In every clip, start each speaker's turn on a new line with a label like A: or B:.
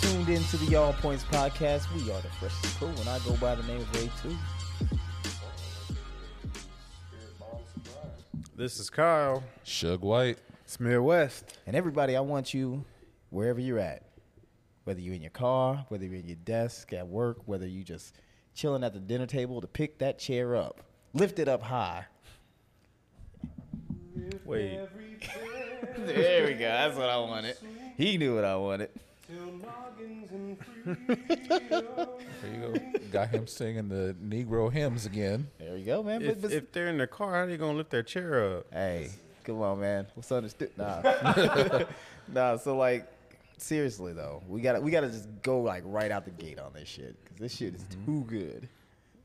A: tuned in to the Y'all Points podcast. We are the freshest crew, and I go by the name of Ray Two.
B: This is Kyle.
C: Shug White.
B: It's Midwest.
A: And everybody, I want you wherever you're at, whether you're in your car, whether you're in your desk at work, whether you just chilling at the dinner table, to pick that chair up, lift it up high.
B: Wait,
A: There we go. That's what I wanted. He knew what I wanted.
C: There you go. Got him singing the Negro hymns again.
A: There we go, man.
B: if,
A: but, but,
B: if they're in the car, how they gonna lift their chair up?
A: Hey, come on, man. What's understood? Nah, nah. So like, seriously though, we gotta we gotta just go like right out the gate on this shit because this shit is too good.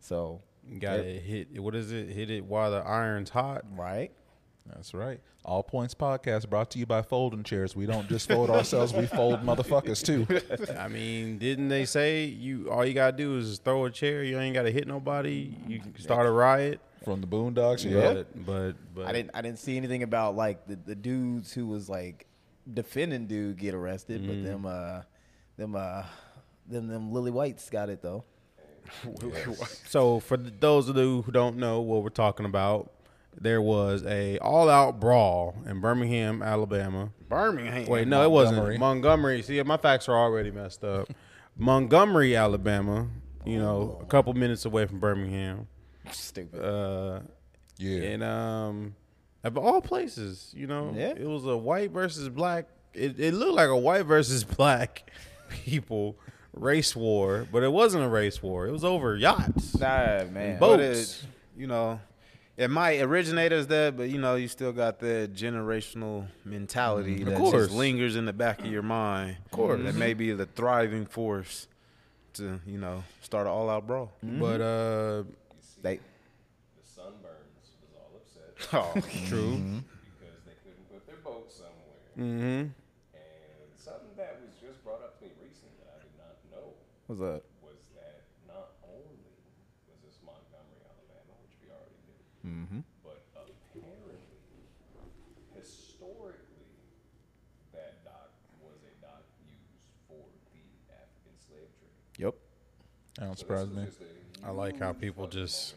A: So
B: Got to hit. What is it? Hit it while the iron's hot.
A: right,
C: That's right. All Points Podcast brought to you by folding chairs. We don't just fold ourselves, we fold motherfuckers too.
B: I mean, didn't they say you all you gotta do is throw a chair? You ain't gotta hit nobody. You can start a riot.
C: From the Boondocks. Yeah.
B: But but but
A: I didn't I didn't see anything about like the, the dudes who was like defending dude get arrested, but them uh them uh them them Lily Whites got it though.
B: So for th- those of you who don't know what we're talking about, there was a all-out brawl in Birmingham, Alabama. Birmingham. Wait, no, it wasn't
C: Montgomery.
B: Montgomery. See, my facts are already messed up. Montgomery, Alabama. You know, a couple minutes away from Birmingham.
A: Stupid.
B: Uh,
C: Yeah.
B: and um, of all places, you know,
A: Yeah.
B: it was a white versus black. It, it looked like a white versus black people race war, but it wasn't a race war. It was over yachts.
A: nah, man.
B: Both.
D: But it, you know, it might originate as that, but you know, you still got the generational mentality that
B: course.
D: just lingers in the back of your mind. Mm-hmm. Of course, that may be the thriving force to you know start an all-out brawl.
B: But uh,
A: They
E: Sunburns was all upset
B: true.
E: because they couldn't put their boat somewhere.
B: Mm-hmm.
E: And something that was just brought up to me recently that I did not know
A: was up.
E: was that not only was this Montgomery, Alabama, which we already knew, but apparently, historically, that dock was a dock used for the African slave trade.
A: Yep.
C: I don't surprise me.
B: I like how people just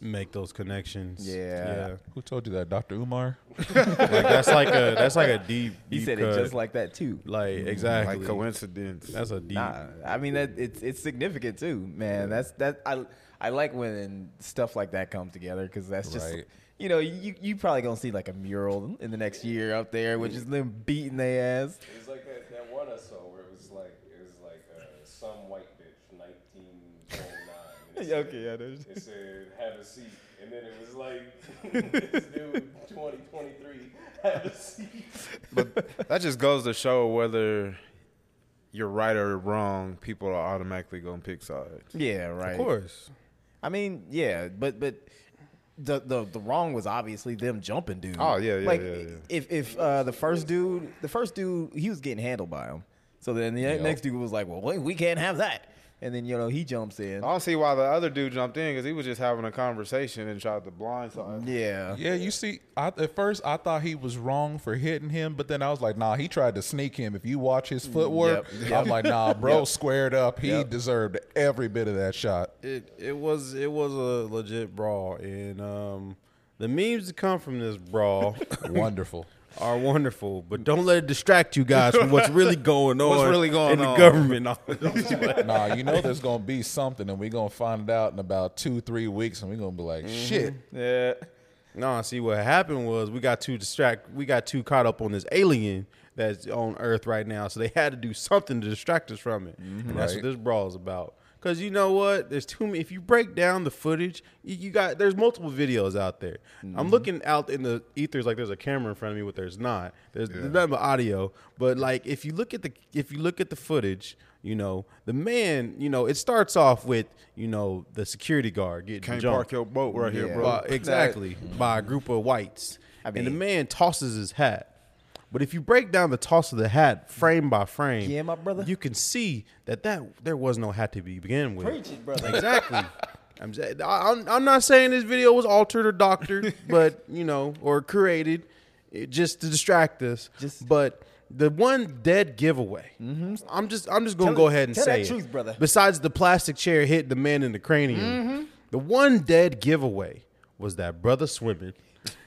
B: make those connections.
A: Yeah.
C: Who told you that? Dr. Umar?
B: Yeah. like that's like a that's like a deep.
A: He
B: deep
A: said
B: cut.
A: it just like that too.
B: like exactly.
D: Like coincidence.
B: that's a deep.
A: Nah, I mean that it's it's significant too, man. That's that I I like when stuff like that comes together because that's just
C: Right.
A: you know you you probably gonna see like a mural in the next year up there, which is them beating their ass.
E: It's like that, that one I saw where it was like it was like uh, some white bitch, nineteen twenty nine.
A: Yeah, okay, I know.
E: It said have a seat, and then it was like this dude twenty twenty three have a seat.
D: that just goes to show whether you're right or wrong. People are automatically gonna pick sides.
A: Yeah, right.
B: Of course.
A: I mean, yeah, but but the the the wrong was obviously them jumping dude.
D: Oh, yeah, yeah,
A: like
D: yeah, yeah.
A: if if uh, the first dude, the first dude, he was getting handled by him. So then the
C: Yep.
A: next dude was like, well, wait, we can't have that. And then you know he jumps in.
D: I don't see why the other dude jumped in because he was just having a conversation and tried to blindside.
A: Yeah.
C: Yeah, you see, I, at first I thought he was wrong for hitting him, but then I was like, nah, he tried to sneak him. If you watch his footwork,
A: Yep.
C: I'm like, nah, bro squared up. He
A: Yep.
C: deserved every bit of that shot.
B: It it was it was a legit brawl, and um, the memes that come from this brawl
C: Wonderful.
B: are wonderful. But don't let it distract you guys from what's really going on.
D: What's really going
B: in the
D: on.
B: government?
C: nah, you know there's gonna be something, and we're gonna find it out in about two, three weeks, and we're gonna be like,
B: Mm-hmm.
C: shit.
D: Yeah.
B: No, see what happened was we got too distract. We got too caught up on this alien that's on Earth right now. So they had to do something to distract us from it.
D: Mm-hmm.
B: And that's
C: Right.
B: what this brawl is about. Cause you know what? There's too many. If you break down the footage, you, you got there's multiple videos out there.
D: Mm-hmm.
B: I'm looking out in the ethers like there's a camera in front of me, but there's not. There's, there's nothing but audio. But like if you look at the if you look at the footage, you know the man. You know it starts off with you know the security guard getting
D: Can't
B: jumped.
D: park your boat right here,
A: Yeah.
D: bro.
B: By- exactly. by a group of whites.
A: I
B: and the
A: mean-
B: man tosses his hat. But if you break down the toss of the hat frame by frame,
A: Yeah, my brother.
B: you can see that, that there was no hat to begin with.
A: Preach it, brother.
B: Exactly. I'm, sa- I- I'm, I'm not saying this video was altered or doctored, but, you know, or created it- just to distract us.
A: Just-
B: but the one dead giveaway. I'm just I'm just gonna
A: Tell
B: go
A: it-
B: ahead and
A: tell
B: say
A: that
B: it.
A: truth, brother.
B: Besides the plastic chair hitting the man in the cranium, the one dead giveaway was that brother swimming.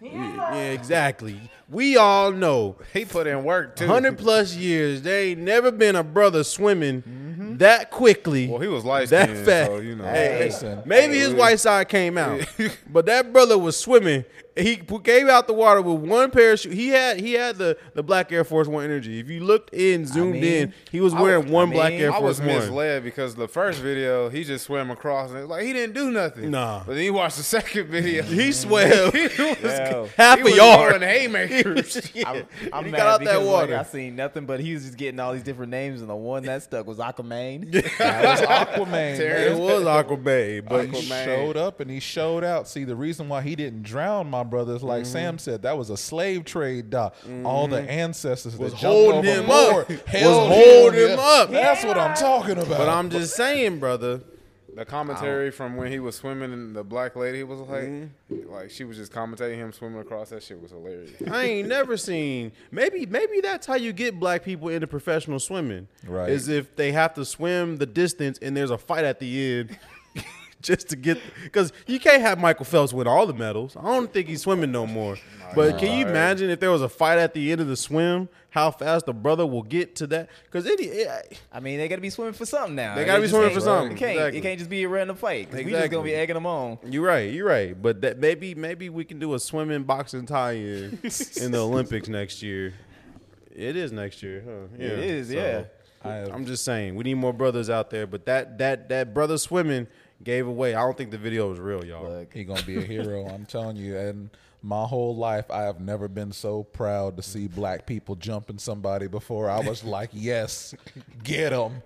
B: yeah, exactly. We all know
D: He put in work too.
B: 100 plus years. There ain't never been a brother swimming that quickly.
D: Mm-hmm. Well, he was light
B: that
D: skinned,
B: fast.
D: so you know.
B: Hey, hey,
C: Listen.
B: maybe his white side came out, but that brother was swimming. He p- came out the water with one parachute. He had he had the, the black Air Force One energy. If you looked in, zoomed
A: mean,
B: in, he was
A: I
B: wearing
A: was-
B: one
A: I
B: black
A: mean,
B: Air
D: I
B: Force
D: was
B: One.
D: misled because the first video he just swam across and it was like he didn't do nothing.
B: Nah.
D: But then you watch the second video.
B: He swam
D: he was,
A: Wow.
B: half
D: he
B: a
D: was
B: yard.
D: throwing haymakers.
A: I'm, I'm
B: He
A: mad
B: got out that
A: because, like,
B: water.
A: I seen nothing, but he was just getting all these different names, and the one that stuck was Aquaman.
C: That was Aquaman.
D: Terrence.
B: It was Aquaman, but
C: But he showed up and he showed out. See, the reason why he didn't drown, my brothers,
B: Mm-hmm.
C: like Sam said, that was a slave trade. Doc. All the ancestors
B: Was
C: that jumped
B: holding him
C: overboard
B: up. Was
C: held
B: holding him up.
C: That's what I'm talking about.
B: but I'm just saying, brother.
D: The commentary from when he was swimming and the black lady was like,
B: Mm-hmm.
D: like she was just commentating him swimming across. That shit was hilarious.
B: I ain't never seen. Maybe maybe that's how you get black people into professional swimming.
C: Right.
B: Is if they have to swim the distance and there's a fight at the end. Just to get, because you can't have Michael Phelps win all the medals. I don't think he's swimming no more. But can you imagine if there was a fight at the end of the swim, how fast the brother will get to that? Because it, it-
A: I mean, they got to be swimming for something now.
B: They gotta be
A: just
B: swimming for
A: can't-
B: something.
A: It can't,
B: Exactly.
A: it can't just be a random fight. 'cause We just gonna
B: Exactly.
A: be egging them on.
B: you're right, you're right. But that maybe maybe we can do a swimming boxing tie-in in the Olympics next year. It is next year, huh?
A: it is,
B: so-
A: yeah.
C: I have-
B: I'm just saying, we need more brothers out there. But that that that brother swimming gave away. I don't think the video was real, y'all.
C: He gonna be a hero. I'm telling you. And my whole life, I have never been so proud to see black people jumping somebody before. I was like, yes, get him,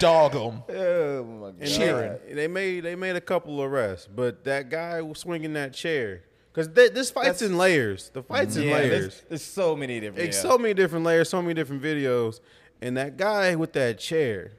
C: dog him.
A: Oh my god.
B: And they- They made they made a couple arrests, but that guy was swinging that chair because this fight's
A: That's-
B: in layers. The fight's in
A: Yeah,
B: layers.
A: there's, there's so many different.
B: It's
A: yeah.
B: so many different layers, so many different videos, and that guy with that chair.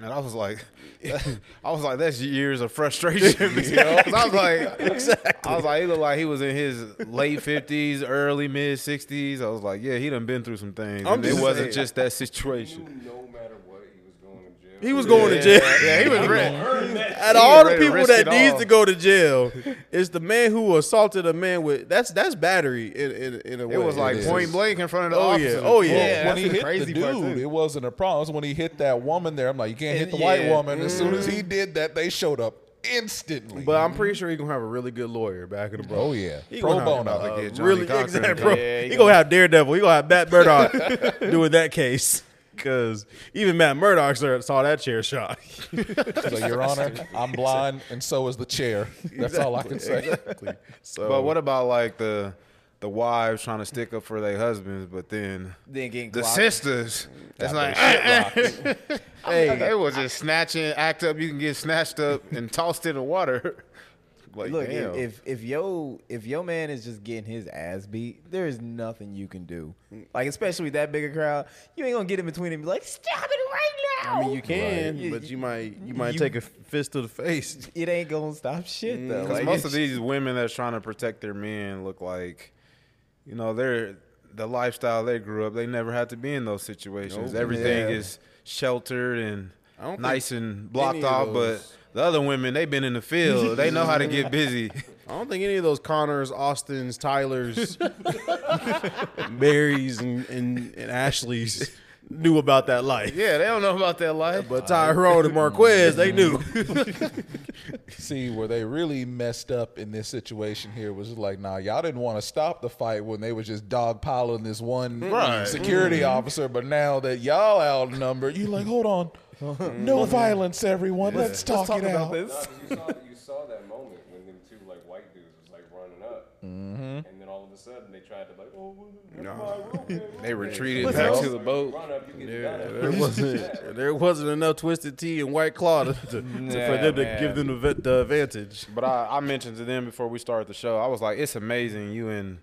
D: And I was like, I was like, that's years of frustration. you know? 'Cause I was like, I was like, he looked like he was in his late fifties, early mid sixties. I was like, yeah, he done been through some things.
B: I'm
D: and
B: just
D: it wasn't
B: saying.
D: just that
E: He
D: situation.
E: knew no matter what, he was going to jail.
B: He was going to jail.
D: Yeah, he was ready.
E: Earn that
B: Out of
D: He was
B: all the
D: ready to
B: people
D: risk
B: that
D: it
B: needs
D: all.
B: to go to jail, is the man who assaulted a man with that's that's battery in in, in a way.
D: It was like
B: is.
D: point blank in front of the
B: Oh
D: officer.
B: yeah, oh yeah.
A: Yeah,
C: when
A: that's
C: he
A: the
C: hit
A: crazy
C: the
A: part,
C: dude,
A: too.
C: it wasn't a problem. It was when he hit that woman there. I'm like, you can't hit the
A: And-
C: white
A: yeah. Mm-hmm.
C: woman. As soon as he did that, they showed up instantly.
B: But I'm pretty sure he's gonna have a really good lawyer back in the
C: oh
B: bro.
C: yeah,
B: He
C: pro
B: gonna have
C: bono. Uh,
D: about to get Johnny
B: really,
D: Cochran
B: exactly,
D: and
B: bro.
A: come- Yeah, he
B: he
A: gonna-
B: gonna have Daredevil. He gonna have Matt Murdock doing that case because even Matt Murdock sir, saw that chair shot.
C: He's like, Your Honor, I'm blind, and so is the chair. That's all I can say.
B: Exactly. So,
D: But what about like the the wives trying to stick up for their husbands, but then
A: Then getting
D: the
A: clocked.
D: sisters? It's like eh, hey, they was just snatching, act up. You can get snatched up and tossed in the water. Like
A: Look,
D: damn.
A: if, if if yo if your man is just getting his ass beat, there is nothing you can do. Like especially with that bigger crowd, you ain't gonna get in between and be like, "Stop it right now!"
B: I mean, you can,
A: Right.
B: but you might you might
A: You-
B: take a fist to the face.
A: it ain't gonna stop shit though.
D: Mm, 'Cause
A: Like,
D: most of these women that's trying to protect their men look like, you know, they're the lifestyle they grew up. They never had to be in those situations.
B: Nope.
D: Everything
A: Yeah.
D: is sheltered and
B: I don't think
D: nice and blocked
B: any of
D: off. But
B: those-
D: the other women, they've been in the field. they know how to get busy.
B: I don't think any of those Connors, Austins, Tylers, Marys, and, and, and Ashleys knew about that life.
D: Yeah, they don't know about that life.
B: But Tyrone and Marquez, they knew.
C: See, where they really messed up in this situation here was just like, nah, y'all didn't want to stop the fight when they was just dogpiling this one
B: Mm-hmm.
C: security officer. But now that y'all outnumbered, you like, hold
B: Mm-hmm.
C: on, no violence, everyone. Let's talk,
A: talk
C: it
A: about
C: out.
A: this.
E: No, 'cause you saw you saw that moment when them two like white dudes was like running up, mm-hmm. and then all of a sudden they tried to like, oh, well, never mind, we're okay, we're
D: They
E: okay."
D: retreated
E: Like,
D: back
E: no,
D: to the
E: you
D: boat.
E: Run up, you get
B: There
E: done.
B: wasn't there wasn't enough twisted tea and white claw to, to- for them to give them the, ve- the advantage.
D: But I, I mentioned to them before we started the show, I was like, it's amazing you in,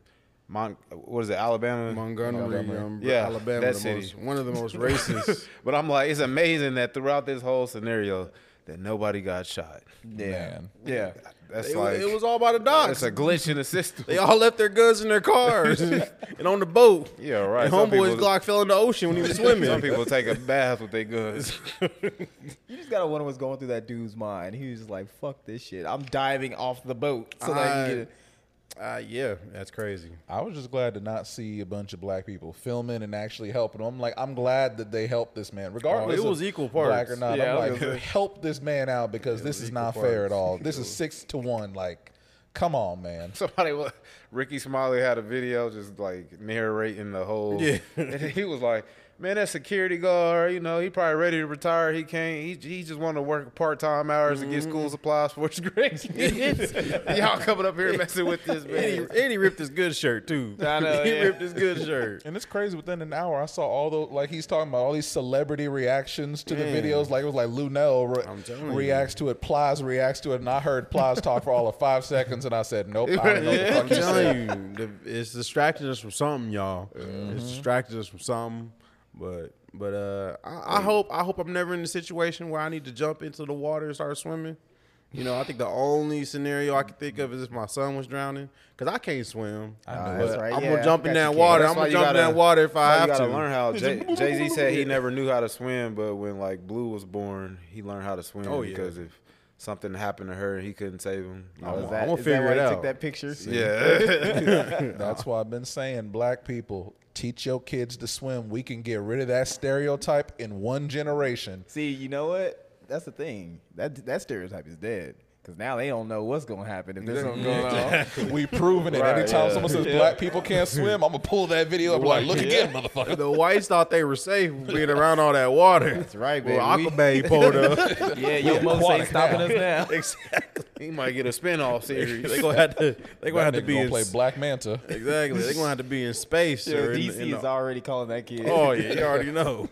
D: Mon- what is it, Alabama?
B: Montgomery, um,
D: Yeah,
B: Alabama,
D: that
B: the
D: city.
B: most, one of the most racist.
D: But I'm like, it's amazing that throughout this whole scenario, that nobody got shot.
A: Yeah.
C: Man.
A: Yeah.
D: That's
B: It, wa-
D: like
B: it was all by the docs.
D: that's a glitch in the system.
B: they all left their guns in their cars and on the boat.
D: Yeah, right.
B: And
D: Some
B: homeboy's
D: people-
B: Glock fell in the ocean when he was swimming.
D: Some people take a bath with their guns.
A: You just gotta wonder what's going through that dude's mind. He was just like, "Fuck this shit. I'm diving off the boat so that I can get it."
B: Uh, yeah, that's crazy.
C: I was just glad to not see a bunch of black people filming and actually helping him. I'm like, I'm glad that they helped this man, regardless.
B: Oh, was
C: of
B: equal
C: black
B: parts.
C: or not.
B: Yeah, I was
C: I'm like,
B: gonna say.
C: help this man out because this
B: was
C: is
B: equal
C: not fair at
B: parts.
C: all. This is six to one. Like, come on, man.
D: Somebody, wa- Ricky Smiley had a video just like narrating the whole.
B: Yeah.
D: and he was like, "Man, that security guard, you know, he probably ready to retire. He can't. He, he just want to work part time hours to get
B: Mm-hmm.
D: school supplies for his grades. Y'all coming up here messing with this
B: And he,
D: man."
B: and he ripped his good shirt too.
D: I know,
B: he
D: yeah.
B: ripped his good shirt.
C: And it's crazy. Within an hour, I saw all those like he's talking about all these celebrity reactions to the videos. Like it was like Lunel re- reacts to it, Plies reacts to it, and I heard Plies talk for all of five seconds, and I said, nope. I don't know what the
B: I'm
C: fuck you said.
B: telling you, the, it's distracting us from something, y'all.
D: Mm-hmm.
B: It's distracting us from something. But but uh, I, I
D: Mm.
B: hope I hope I'm never in a situation where I need to jump into the water and start swimming. You know, I think the only scenario I could think of is if my son was drowning because I can't swim.
A: Ah,
B: But
A: that's right.
B: I'm
A: Yeah,
B: gonna jump
A: I
B: in
A: forgot
B: that
A: you
B: water.
A: can't.
B: I'm gonna
D: That's why you
B: jump in
D: gotta-
B: that water if I
D: you
B: have
D: gotta
B: to.
D: learn how Jay Z said he never knew how to swim, but when like Blue was born, he learned how to swim
B: Oh, yeah.
D: because if something happened to her, he couldn't save him.
A: Oh,
B: I'm
A: is that,
B: gonna
A: is that
B: figure
A: why
B: it
A: you
B: out.
A: Took that picture.
D: yeah,
C: That's why I've been saying, black people, teach your kids to swim. We can get rid of that stereotype in one generation.
A: See, you know what? That's the thing. That that stereotype is dead because now they don't know what's gonna happen if there's something going on.
C: We proven it.
D: Right,
C: Anytime
D: yeah.
C: someone says black people can't swim, I'm gonna pull that video up. and be Like, look again, motherfucker.
B: the whites thought they were safe being around all that water. That's
A: right,
B: Well,
A: baby.
B: Aqua Bay pulled up.
A: yeah, your
C: We
A: most ain't
C: aquatic
A: stopping
C: now.
A: us now.
D: he might get a spinoff series.
B: they gonna have to. They gonna have
C: That
B: to
C: nigga
B: be
C: gonna
B: in,
C: play Black Manta.
B: exactly. They gonna have to be in space.
A: Yo,
B: or in-
A: DC
B: in the-
A: is already calling that kid.
B: Oh yeah, you already know.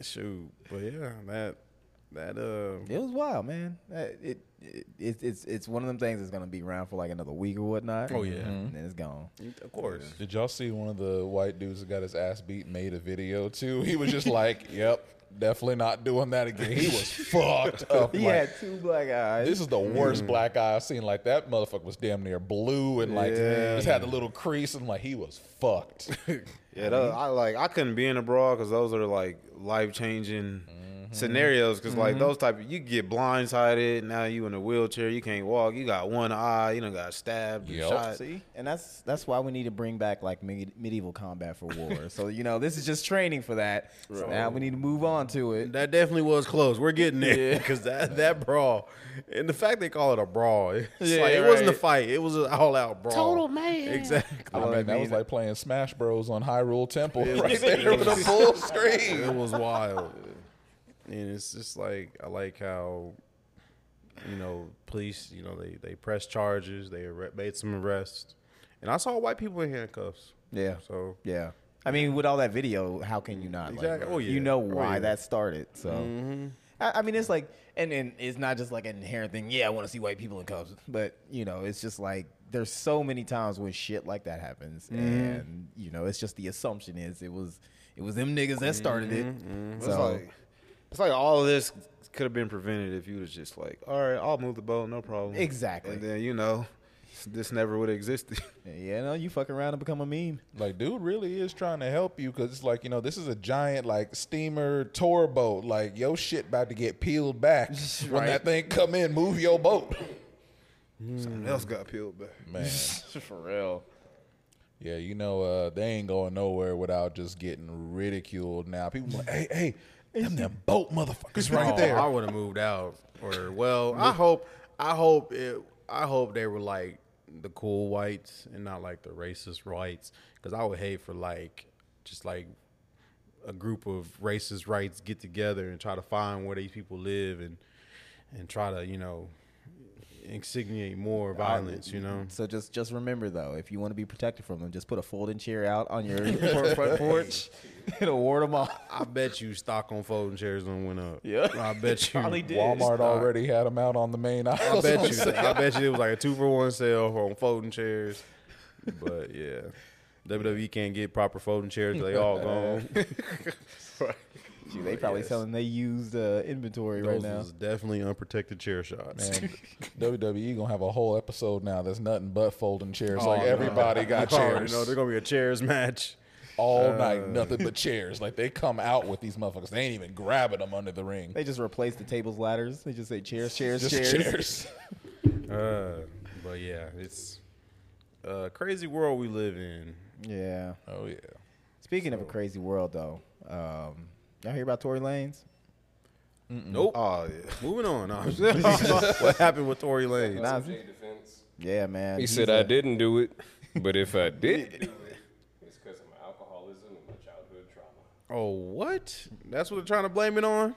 B: Shoot, but yeah, that that uh,
A: It was wild, man. That- It, it, it's it's it's one of them things that's gonna be around for like another week or whatnot.
B: Oh, yeah.
A: and then it's gone.
B: of course.
C: Did y'all see one of the white dudes that got his ass beat made a video too? He was just like, "Yep, definitely not doing that again." He was fucked up.
A: He
C: like,
A: had two black eyes.
C: this is the worst black eye I've seen. Like that motherfucker was damn near blue and like just had the little crease and like he was fucked.
D: Yeah, tho- I like I couldn't be in abroad because those are like life changing scenarios. Because like those type, of, you get blindsided. Now you in a wheelchair, you can't walk. You got one eye. You done got stabbed. and
C: Yup.
D: Shot.
A: See, and that's that's why we need to bring back like me- medieval combat for war. so you know, this is just training for that. So now we need to move on to it.
B: That definitely was close. We're getting there because that that brawl and the fact they call it a brawl. It's
A: Yeah,
B: like, it wasn't a
A: right.
B: fight. It was an all out brawl. Total man. Exactly.
C: I mean, that was
A: mean?
C: like playing Smash Bros on Hyrule Temple right there with a full screen.
B: It was wild. And it's just like I like how you know police, you know they they pressed charges, they arre- made some arrests, and I saw white people in handcuffs.
A: Yeah.
B: So
A: Yeah. I mean, with all that video, how can you not?
B: Exactly.
A: Like,
B: Oh, yeah.
A: You know
B: Oh,
A: why
B: yeah. Mm-hmm.
A: that started. So, I, I mean, it's like, and, and it's not just like an inherent thing. Yeah, I want to see white people in cups, but you know, it's just like there's so many times when shit like that happens,
B: Mm-hmm.
A: and you know, it's just the assumption is it was it was them niggas that started
B: Mm-hmm.
A: it.
D: It's
A: So,
D: like it's like all of this could have been prevented if you was just like, all right, I'll move the boat, no problem.
A: Exactly.
D: And then you know, this never would have existed.
A: yeah, no, you fuck around and become a meme.
C: Like, dude really is trying to help you because it's like, you know, this is a giant, like, steamer tour boat. Like, your shit about to get peeled back. When that thing come in, move your boat.
D: Something else got peeled back.
C: Man.
A: For real.
C: Yeah, you know, uh, they ain't going nowhere without just getting ridiculed now. People like, hey, hey, them, them boat motherfuckers right
B: Oh,
C: there.
B: I would have moved out. Or well, I hope I hope it I hope they were like the cool whites and not like the racist whites cuz I would hate for like just like a group of racist rights get together and try to find where these people live and and try to, you know, insinuate more violence, you know.
A: So just just remember though, if you want to be protected from them, just put a folding chair out on your por- front porch. It'll ward them off.
B: I bet you stock on folding chairs and went up.
A: Yeah.
B: I bet you.
A: Probably did.
C: Walmart already had them out on the main aisle.
B: I bet you. I bet you it was like a two for one sale on folding chairs. But E yeah, WWE can't get proper folding chairs. They all gone.
A: Shoot, they probably selling they used uh, inventory right
B: Those
A: now.
B: was definitely unprotected chair shots.
C: Man, WWE E gonna have a whole episode now that's nothing but folding chairs.
B: Oh,
C: like
B: no.
C: everybody got
B: You already
C: chairs
B: know they're gonna Uh, be a chairs match.
C: all night, nothing but chairs. Like they come out with these motherfuckers. They ain't even grabbing them under the ring.
A: They just replaced the tables, ladders. They just say chairs, chairs,
C: Just
A: chairs.
C: chairs.
B: Uh, but yeah, it's a crazy world we live in.
A: Yeah.
C: Oh yeah.
A: Speaking of a crazy world, though, um, y'all hear about Tory Lanez?
C: Mm.
B: Nope.
C: Ah.
D: Oh, yeah.
B: Moving on. No, I'm just- what happened with Tory Lane?
A: Nah,
E: Jay defense.
A: yeah, man.
E: He
A: he's
E: said,
A: a-
E: I didn't do it, but if I did,
F: It's because of my alcoholism and my childhood trauma.
B: Oh, what? That's what they're trying to blame it on.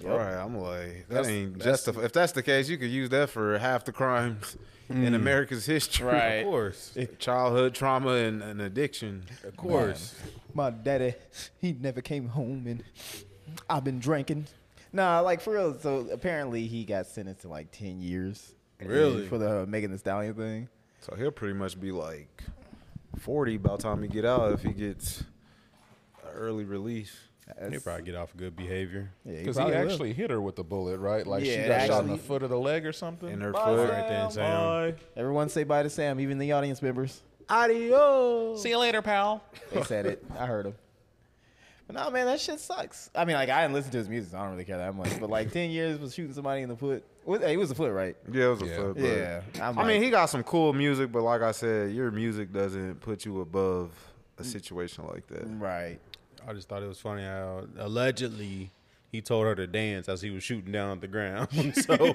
D: Right, I'm like that ain't justified. If that's the case, you could use that for half the crimes
A: Mm.
D: in America's history.
B: Of course.
D: childhood trauma and, and addiction.
B: Of course.
A: My daddy, he never came home, and I've been drinking. Nah, like for real. So apparently, he got sentenced to like ten years.
B: Really?
A: For the uh, Megan the Stallion thing.
D: So he'll pretty much be like 40 by the time he get out if he gets an early release.
B: They probably get off good behavior.
A: Yeah,
C: Because he
A: probably will.
C: actually hit her with the bullet, right? Like
A: Yeah,
C: she
A: it
C: got shot in the
A: actually-
C: foot of the leg or something.
D: In her
B: Right
D: foot.
B: there, Sam.
A: Everyone say bye to Sam, even the audience members.
D: Adios.
C: you later, pal.
A: They said it. I heard them. But nah, man, that shit sucks. I mean, like I didn't listen to his music, so I don't really care that much. But like ten years was shooting somebody in the foot. What- Hey, it was a foot, right?
D: Yeah, it was a
C: Yeah.
D: foot. but-
A: Yeah. I'm
D: I
A: like-
D: mean, he got some cool music, but like I said, your music doesn't put you above a situation like that.
A: Right.
B: I just thought it was funny how allegedly he told her to dance as he was shooting down at the ground. so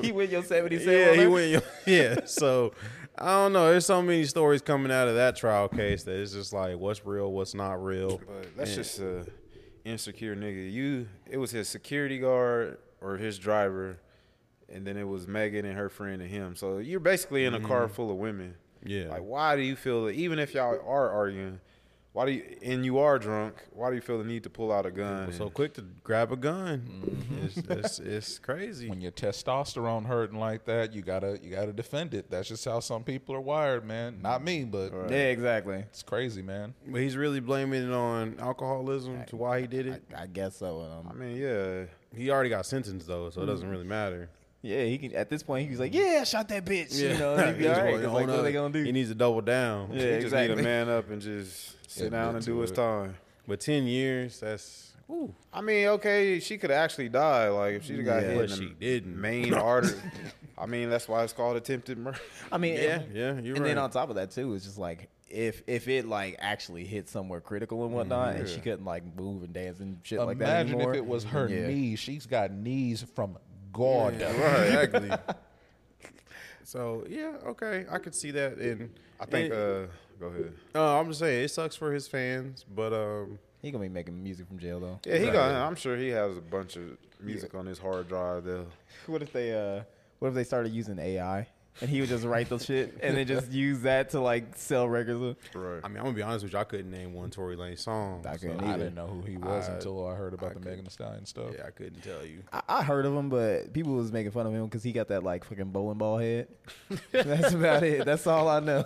A: He went Yosemite Sam.
B: yeah,
A: on
B: he
A: that?
B: went. Yeah, so I don't know. There's so many stories coming out of that trial case that it's just like, what's real, what's not real.
D: But that's just a insecure nigga. You, it was his security guard or his driver, and then it was Megan and her friend and him. So you're basically in a car full of
B: Mm-hmm.
D: women.
B: Yeah.
D: Like, why do you feel that even if y'all are arguing, why do you and you are drunk? Why do you feel the need to pull out a gun?
B: so quick to grab a gun.
A: Mm-hmm.
B: It's, it's, it's crazy.
C: When your testosterone hurting like that, you gotta you gotta defend it. That's just how some people are wired, man. Not me, but
A: Yeah, exactly.
C: it's crazy, man.
B: But he's really blaming it on alcoholism to why he did
A: I,
B: it.
A: I guess so. Um,
D: I mean, yeah.
B: He already got sentenced though, so it
A: Mm.
B: doesn't really matter.
A: yeah, he can. At this point, he's like, "Yeah, I shot that bitch." You know, and he'd be
B: He's
A: all right.
B: going
A: 'cause, like,
B: on
A: what
B: up.
A: they gonna do?
B: He needs to double down.
D: he
A: Yeah,
D: just need
A: exactly.
D: to man up and just sit
C: Admit
D: down and do
C: to
D: his
C: it.
D: time.
B: But ten years, that's
D: I mean, okay, she could actually die. Like if she'd have got
B: Yeah.
D: hit
B: But
D: in the
B: she didn't.
D: main artery. I mean, that's why it's called attempted murder.
A: I mean,
B: yeah, eh, yeah. You're
A: and
B: right.
A: then on top of that too, it's just like if if it like actually hit somewhere critical and whatnot, and she couldn't like move and dance and shit like that
C: Imagine
A: anymore.
C: if it was her
A: Yeah.
C: knees. She's got knees from God.
B: right, exactly. so yeah, okay, I could see that. And
D: I think.
B: uh,
D: Uh, go ahead.
B: I'm just saying it sucks for his fans, but um,
A: He gonna be making music from jail though.
D: Yeah, he got. I'm sure he has a bunch of music on his hard drive. Though.
A: What if they uh what if they started using AI and he would just write the shit and then just use that to like sell records?
D: Right.
B: I mean, I'm gonna be honest with you, I couldn't name one Tory Lane song.
A: I
B: so-
A: couldn't
C: I
A: either.
C: didn't know who he was until I heard about the Megan Thee Stallion stuff.
B: yeah, I couldn't tell you.
A: I, I heard of him, but people was making fun of him because he got that like fucking bowling ball head. That's about it. That's all I know.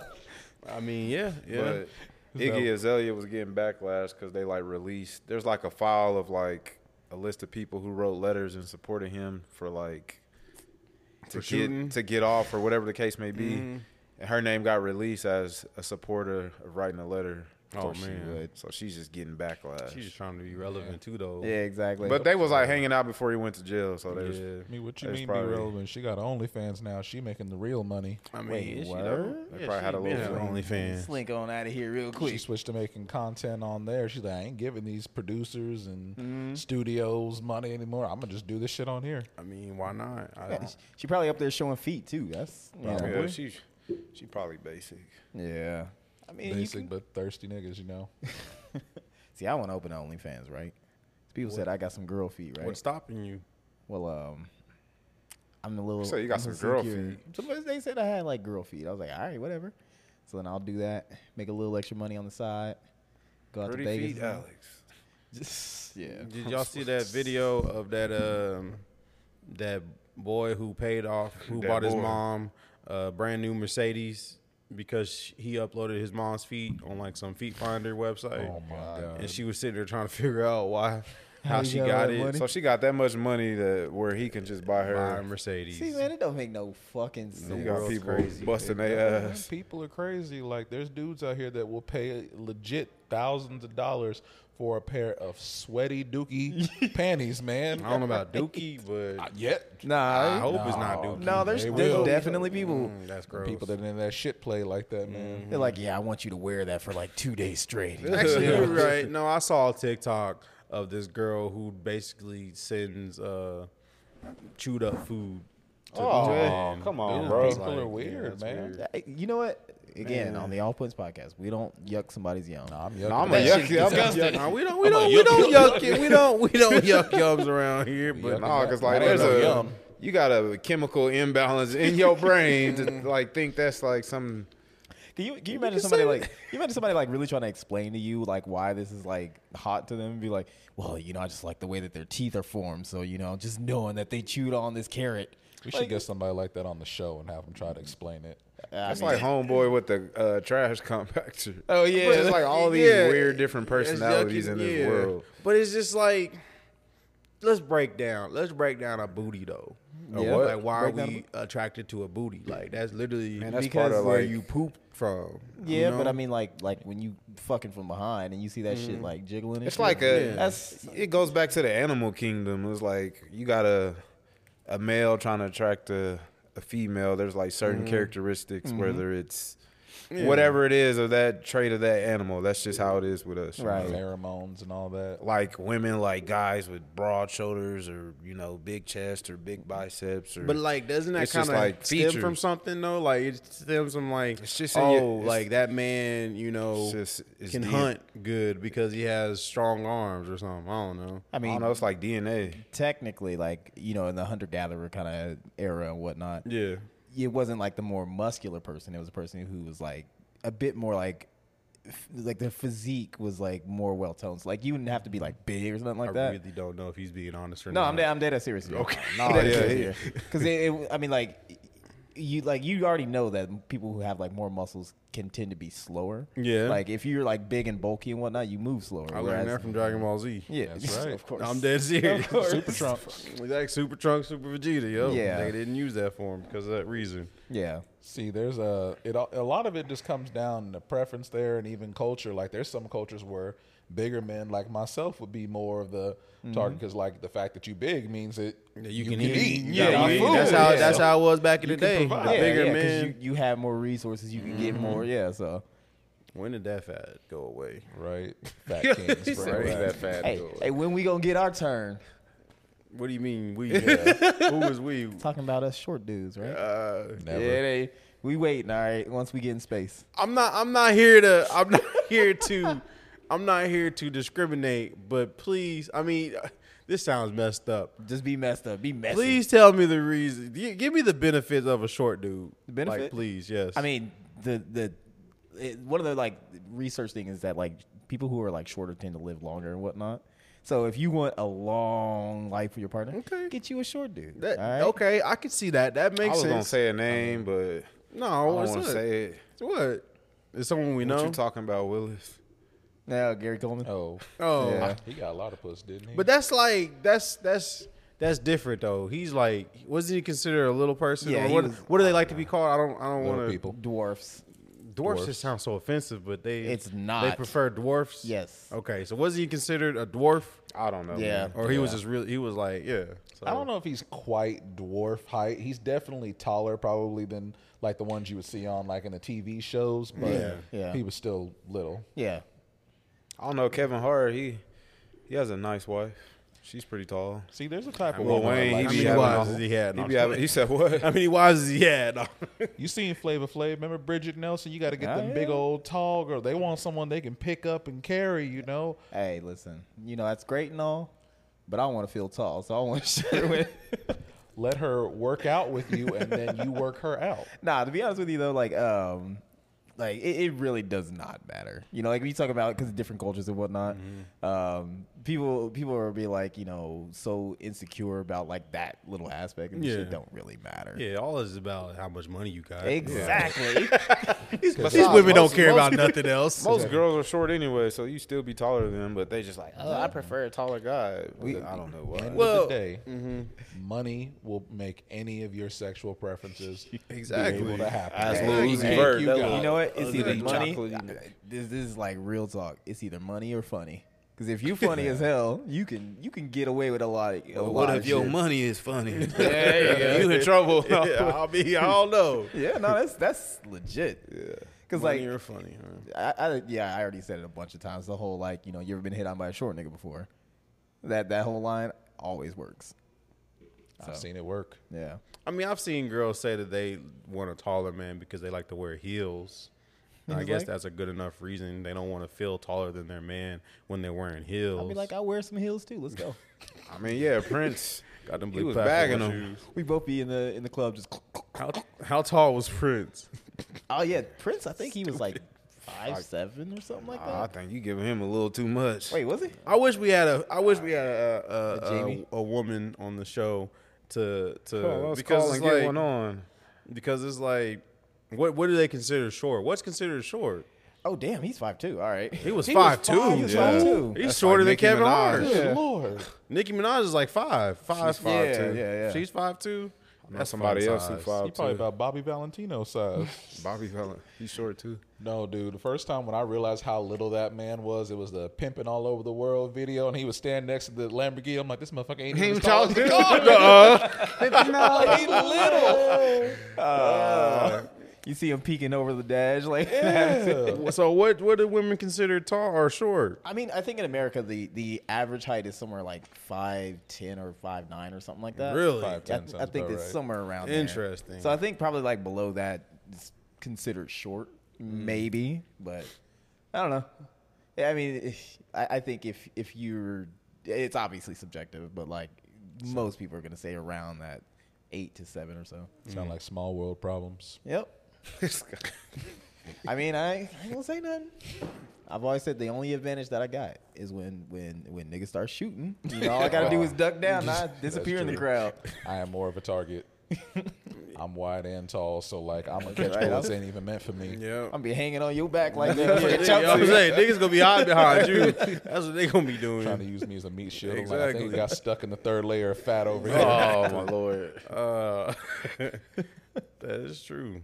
B: I mean, yeah, yeah.
D: But Iggy Azalea was getting backlash because they like released. There's like a file of like a list of people who wrote letters in support of him for like to get
B: shooting? Mm-hmm.
D: to get off or whatever the case may be. And her name got released as a supporter of writing a letter.
B: Oh,
D: So she
B: man.
D: would- so she's just getting backlash.
B: She's just trying to be relevant too, though.
A: Yeah, exactly.
D: Oh. but they was like hanging out before he went to jail, so they was
B: Yeah.
C: I mean, what you
D: That's
C: mean
D: probably-
C: be relevant? She got OnlyFans now. She making the real money.
B: I mean,
A: Wait,
B: is she
A: what?
B: though?
D: They probably had
B: she
D: a little
B: been on OnlyFans.
A: slink on out of here real
C: She
A: quick.
C: switched to making content on there. She's like, I ain't giving these producers and studios money anymore. I'm gonna just do this shit on here.
B: I mean, why not? I
A: Yeah,
B: don't-
A: she probably up there showing feet too. That's you know.
D: Yeah, she she probably basic.
A: yeah. I mean, you
C: Basic
A: can,
C: but thirsty niggas, you know.
A: see, I want to open OnlyFans, right? People said I got some girl feet, right?
B: What's stopping you?
A: Well, um, I'm a little.
D: So you got
A: I'm
D: some
A: insecure.
D: girl feet.
A: Somebody they said I had like girl feet. I was like, all right, whatever. So then I'll do that, make a little extra money on the side, go out
D: Pretty
A: to Vegas.
D: feet, Alex.
A: yeah.
B: Did y'all see that video of that um that boy who paid off who
D: That
B: bought his
D: boy.
B: mom a brand new Mercedes because he uploaded his mom's feet on like some feet finder website.
C: Oh my God.
B: And she was sitting there trying to figure out why how she got it.
A: money?
D: So she got that much money that where he can just buy
B: Buy a
D: her.
B: Mercedes.
A: See, man, it don't make no fucking sense.
D: You got people
B: crazy.
D: busting their ass.
C: People are crazy. Like there's dudes out here that will pay legit thousands of dollars for a pair of sweaty dookie panties, man.
B: I don't know about Dookie, but
C: Not yet.
A: Nah,
B: I hope it's not Dookie.
A: no, there's,
C: They
A: there's
C: will.
A: definitely people.
B: Mm, that's gross.
C: People that in that shit play like that,
B: Mm-hmm.
C: man.
A: They're like, yeah, I want you to wear that for like two days straight.
B: Actually, you're right. No, I saw a TikTok of this girl who basically sends uh, chewed up food. To um,
D: Oh, come on,
B: Yeah,
D: bro.
B: it's
C: People are weird,
B: that's
C: man.
A: Hey, You know what? Again, on the All Points podcast, we don't yuck somebody's yum.
C: Nah, I'm yucking.
D: I'm a
C: that shit.
D: yuck. I'm a yuck.
B: Nah, we don't, we don't, we don't yuck it. We don't, we don't yuck yums around here. But
C: Yuck.
B: no,
D: No, because like
C: I don't
D: there's
C: know,
D: a
C: yum.
D: you got a chemical imbalance in your brain to like think that's like some.
A: Can you can you imagine somebody like can you imagine somebody like really trying to explain to you like why this is like hot to them? Be like, well, you know, I just like the way that their teeth are formed. So you know, just knowing that they chewed on this carrot.
C: We should get somebody like that on the show and have them try to explain it.
D: That's like homeboy with the uh, trash compactor.
A: Oh, yeah.
D: But it's like all these
B: Yeah.
D: weird different
B: it's
D: personalities
B: yucky,
D: in this
B: yeah.
D: world.
B: But it's just like, let's break down. Let's break down a booty though.
A: A Yeah. what?
B: Like, why
A: Break
B: are
A: down a
B: we attracted to a booty? Like, that's literally
D: Man, that's
A: part
B: because
A: of,
B: where
D: like-
B: you poop from. you
A: Yeah, but
B: know?
A: I mean, like like when you fucking from behind and you see that shit like jiggling. and
D: It's
A: shit,
D: like a
A: that's
D: it goes back to the animal kingdom. It's like you got a a male trying to attract a, a female. There's like certain
B: Mm-hmm.
D: characteristics, whether it's whatever it is of that trait of that animal. That's just how it is with us. you know?
A: Right.
C: Pheromones and all that.
D: Like women like guys with broad shoulders or, you know, big chest or big biceps or
B: But like, doesn't that
D: It's just,
B: kind of
D: like,
B: like stem
D: features.
B: from something though? Like it stems from like,
D: It's just in
B: oh,
D: your- it's-
B: like that man, you know,
D: It's just- it's
B: can
D: the-
B: hunt good because he has strong arms or something. I don't know.
A: I
D: I
A: mean,
D: don't know, it's like DNA.
A: technically, like you know, in the hunter gatherer kind of era and whatnot,
B: Yeah,
A: it wasn't like the more muscular person. It was a person who was like a bit more like, f- like their physique was like more well toned. Like you wouldn't have to be like big or something like
B: I
A: that.
B: really don't know if he's being honest or
A: no,
B: not.
A: I'm dead. I'm dead. Serious. Okay.
D: No, yeah, yeah.
A: Because it, it, I mean, like you, like you already know that people who have like more muscles can tend to be slower.
B: Yeah.
A: Like if you're like big and bulky and whatnot, you move slower.
B: I
A: whereas-
B: learned that from Dragon Ball Z.
A: Yeah,
C: That's right.
A: of course.
B: I'm dead serious.
A: Of course.
B: Super Trump, like Super Trunk, Super Vegeta. Yo,
A: Yeah.
B: they didn't use that for him because of that reason.
A: Yeah.
C: See, there's a it all- a lot of it just comes down to preference there, and even culture. Like there's some cultures where bigger men like myself would be more of the target because like the fact that you big means that you, can, eat. You
B: Yeah,
C: got
B: you-
C: food.
B: that's how
C: Yeah.
B: that's how it was back in the day.
C: provide. Mm-hmm.
B: The
A: yeah,
B: bigger
A: yeah, 'cause
B: man.
A: You, you have more resources. You can get more. Yeah. So.
B: when did that fad go away?
C: right. Fat kings, bro.
B: Right.
C: Right.
D: fat
A: Hey, hey, when we gonna get our turn?
B: What do you mean we? Who was we?
A: Talking about us short dudes, right?
B: Uh,
C: Never.
A: Yeah, they, we waiting. All right, once we get in space.
B: I'm not. I'm not here to. I'm not here to. I'm not here to discriminate. But please, I mean, this sounds messed up.
A: Just be messed up. Be messy.
B: Please tell me the reason. Gi- Give me the benefits of a short dude.
A: The benefit?
B: like, please, yes.
A: I mean, the the it, one of the like research thing is that like people who are like shorter tend to live longer and whatnot. So if you want a long life for your partner,
B: Okay.
A: get you a short dude.
B: That-
A: all right?
B: okay, I can see that. That
D: I
B: makes
D: was gonna
B: sense.
D: say a name, but I
B: no,
D: don't
B: it's
D: want
B: not.
D: to say it.
B: It's what? It's someone we
D: What
B: know.
D: you talking about, Willis?
A: Now Gary Coleman.
C: Oh,
B: oh,
A: Yeah.
C: he got a lot of puss, didn't he?
B: but that's like that's that's. That's different though. He's like, wasn't he considered a little person?
A: Yeah,
B: or
A: he
B: what,
A: was-
B: what do they like to be called? I don't. I don't
C: Little
B: want to.
C: people.
A: Dwarfs.
B: Dwarfs,
C: Dwarfs.
B: just sound so offensive, but they
A: It's
B: They
A: not.
B: prefer dwarfs.
A: Yes.
B: Okay, so was he considered a dwarf,
D: I don't know.
A: Yeah.
D: man.
B: or he was just really? He was like, yeah. So.
C: I don't know if he's quite dwarf height. He's definitely taller, probably than like the ones you would see on like in the TV shows. But
A: Yeah. Yeah.
C: he was still little.
A: Yeah.
D: I don't know. Kevin Hart, he he has a nice wife. She's pretty tall.
C: See, there's a type of
D: Lil
C: woman I
D: Wayne,
C: like.
D: he
B: How
D: be
B: many
D: having
B: wives
D: a-
B: has he had?
D: He,
B: No,
D: be
B: I'm
D: having, he said what?
B: How many wives has he had? No.
C: You seen Flavor Flav? Remember Bridget Nelson? You got to get
A: Ah,
C: them big
A: yeah.
C: old tall girl. They want someone they can pick up and carry. You know,
A: Hey, listen. You know that's great and all, but I want to feel tall, so I want to share with.
C: let her work out with you, and then you work her out.
A: Nah, to be honest with you though, like um,
B: Mm-hmm.
A: like it, it really does not matter. You know, like we talk about because different cultures and whatnot. Um, people people are be like you know so insecure about like that little aspect and
B: Yeah.
A: shit don't really matter.
B: Yeah, all is about how much money you got.
A: Exactly.
B: These
C: Besides,
B: women don't
D: most-
B: care about
D: most-
B: nothing else.
D: Most girls are short anyway, so you still be taller than them, but they just like, oh, I prefer a taller guy. I don't know why.
C: end
B: Well-
C: of the day,
D: mm-hmm.
C: money will make any of your sexual preferences
B: Exactly.
C: be able to happen.
D: Ask Lil
C: Thank
D: Uzi
C: you,
D: Vert, that
C: God.
D: little-
A: You know what? It's
D: Other
A: either
D: than
A: money.
D: chocolate, you-
A: This, this is like real talk. It's either money or funny. Because if you funny as hell, you can you can get away with a lot. Of, a lot
B: What
A: of
B: if your
A: shit.
B: money is funny?
D: Yeah,
B: you in trouble. I'll be. I don't know.
A: Yeah, no, that's that's legit. Yeah. Because like,
B: Money or funny. huh?
A: I, I, yeah, I already said it a bunch of times. The whole like, you know, you ever been hit on by a short nigga before? That that whole line always works.
C: I've seen it work.
A: Yeah.
B: I mean, I've seen girls say that they want a taller man because they like to wear heels. And I
A: He's
B: guess
A: like-
B: that's a good enough reason. They don't want to feel taller than their man when they're wearing heels.
A: I'll be
D: "Uh,
A: like, I wear some heels too. Let's go.
D: I mean, yeah, Prince.
B: got them
D: he
B: blue
D: was
B: platform
D: bagging them.
B: shoes.
A: we both be in the in the club. Just
B: How, how tall was Prince?
A: oh yeah, Prince. I think he was like five seven or something like
D: Ah, I
A: that.
D: think you giving him a little too much.
A: Wait, was he?
B: I wish we had a. I wish we had a
A: A
B: a, a,
A: Jamie?
B: a, woman on the show to to
D: Oh, let's
B: because
D: call
B: it's
D: and get
B: like
D: one on.
B: because it's like what what do they consider short? What's considered short?
A: Oh damn, he's five two. All right.
B: He was
A: He was
B: five two.
A: five, he was
B: dude.
A: 5'2".
B: He's
D: That's
B: shorter
D: like Nicki
B: than Kevin
D: Minaj.
B: Hart.
D: Yeah.
C: Lord.
B: Nicki Minaj is like five, five,
A: She's-
B: five,
A: yeah,
B: two.
A: yeah, yeah.
B: She's five two. That's
D: somebody
B: fun
D: else who
B: size.
D: five-
C: You probably
D: too.
C: about Bobby Valentino size.
D: Bobby Fallon, he's short too.
C: no, dude. The first time when I realized how little that man was, it was the pimping all over the world video, and he was standing next to the Lamborghini. I'm like, this motherfucker ain't even
D: even
C: tall as the car. Like, he little.
A: Uh, You see him peeking over the dash, like.
B: So what? What do women consider tall or short?
A: I mean, I think in America the the average height is somewhere like five ten or five nine or something like that.
B: Really?
A: I,
C: Five ten sounds
A: I think
C: about
A: it's
C: right.
A: somewhere around there.
B: Interesting.
A: So I think probably like below that is considered short,
C: Mm.
A: maybe. But I don't know. Yeah, I mean, I, I think if if you're, it's obviously subjective, but like most people are gonna say around that eight to seven or so.
C: Sound like small world problems.
A: Yep. I mean, I, I ain't gonna say nothing. I've always said the only advantage that I got is when when when niggas start shooting. You know, all I gotta do is duck down, and I disappear in the
C: true.
A: crowd.
C: I am more of a target. I'm wide and tall, so like I'm gonna catch
A: Right.
C: bullets ain't even meant for me.
B: Yeah.
A: I'm be hanging on your back like that.
B: Yeah,
A: motherfucker
B: nigga,
A: chop
B: I'm
A: suey.
B: saying niggas gonna be hot behind you. That's what they gonna be doing.
C: Trying to use me as a meat shield. I'm Like, I
B: Exactly.
C: think we got stuck in the third layer of fat over here.
B: oh my lord. Uh, that is true.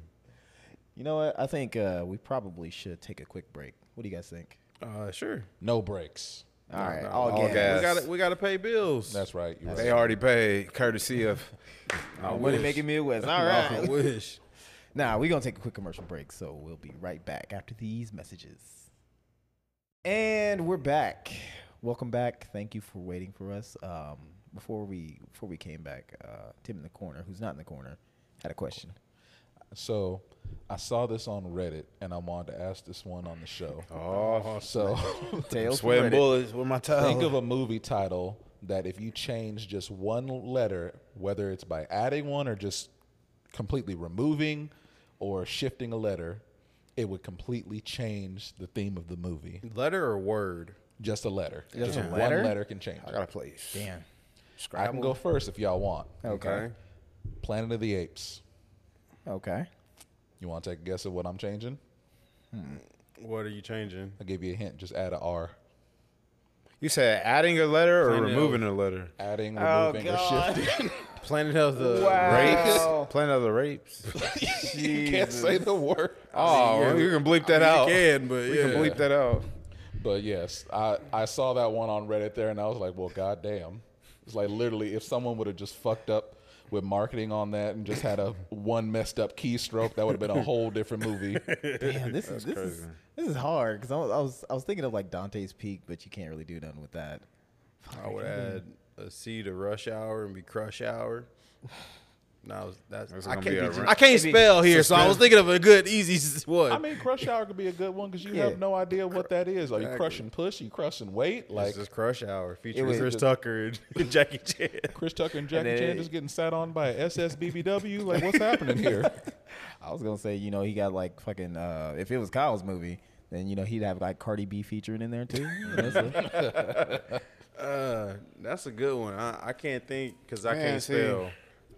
A: You know what? I think uh, we probably should take a quick break. What do you guys think?
B: Uh, sure.
C: No breaks.
A: All right,
B: no,
A: all,
D: all
A: gas.
D: gas.
B: We got to we got to pay bills.
C: That's right. You're
D: They
C: right.
D: already paid courtesy of.
B: I
A: Money
B: wish.
A: making Midwest. All
B: I
A: right.
B: wish.
A: Nah, we're going to take a quick commercial break, so we'll be right back after these messages. And we're back. Welcome back. Thank you for waiting for us. Um, before we before we came back, uh, Tim in the corner, who's not in the corner, had a question.
C: So I saw this on Reddit, and I wanted to ask this one on the show.
D: Oh,
C: So
A: Tails from
D: sweating
A: Reddit.
D: bullets with my towel.
C: think of a movie title that if you change just one letter, whether it's by adding one or just completely removing or shifting a letter, it would completely change the theme of the movie.
B: Letter or word?
C: Just a letter. Just,
A: a
C: one
A: letter?
C: letter can change.
D: I
C: it.
D: gotta play.
A: Damn.
C: I can go first if y'all want.
A: Okay.
C: Planet of the Apes.
A: Okay.
C: You want to take a guess at what I'm changing?
B: What are you changing?
C: I'll give you a hint. Just add a R.
D: You said adding a letter or
B: Planet
D: removing a letter?
C: Adding, removing, or shifting.
B: Planet of the
D: Rapes? Planet of the rapes?
C: you can't say the word.
D: Oh, you can bleep that out.
B: You can, but
D: You
B: yeah.
D: can bleep that out.
C: But yes, I, I saw that one on Reddit there, and I was like, well, goddamn. It's like literally, if someone would have just fucked up with marketing on that and just had a one messed up keystroke, that would have been a whole different movie.
A: Damn, this is this is this is hard because I was, I was I was thinking of like Dante's Peak, but you can't really do nothing with that.
B: I would add a C to rush hour and be crush hour. No, that's,
D: That's
B: I
D: gonna
B: can't.
D: be a
B: I
D: run-
B: can't spell here, so I was thinking of a good, easy s- one.
C: I mean, crush hour could be a good one because you
A: Yeah.
C: have no idea what that is. Are you crushing push? Are you crushing weight? Like
B: this is crush hour featuring
A: was-
B: Chris Tucker and Jackie Chan.
C: Chris Tucker and Jackie
A: then-
C: Chan just getting sat on by a SSBBW? Like, what's happening here?
A: I was gonna say, you know, he got like fucking. Uh, if it was Kyle's movie, then you know he'd have like Cardi B featuring in there too. You know, so-
B: Uh, that's a good one. I, I can't think because I
D: Man,
B: can't
D: see,
B: spell.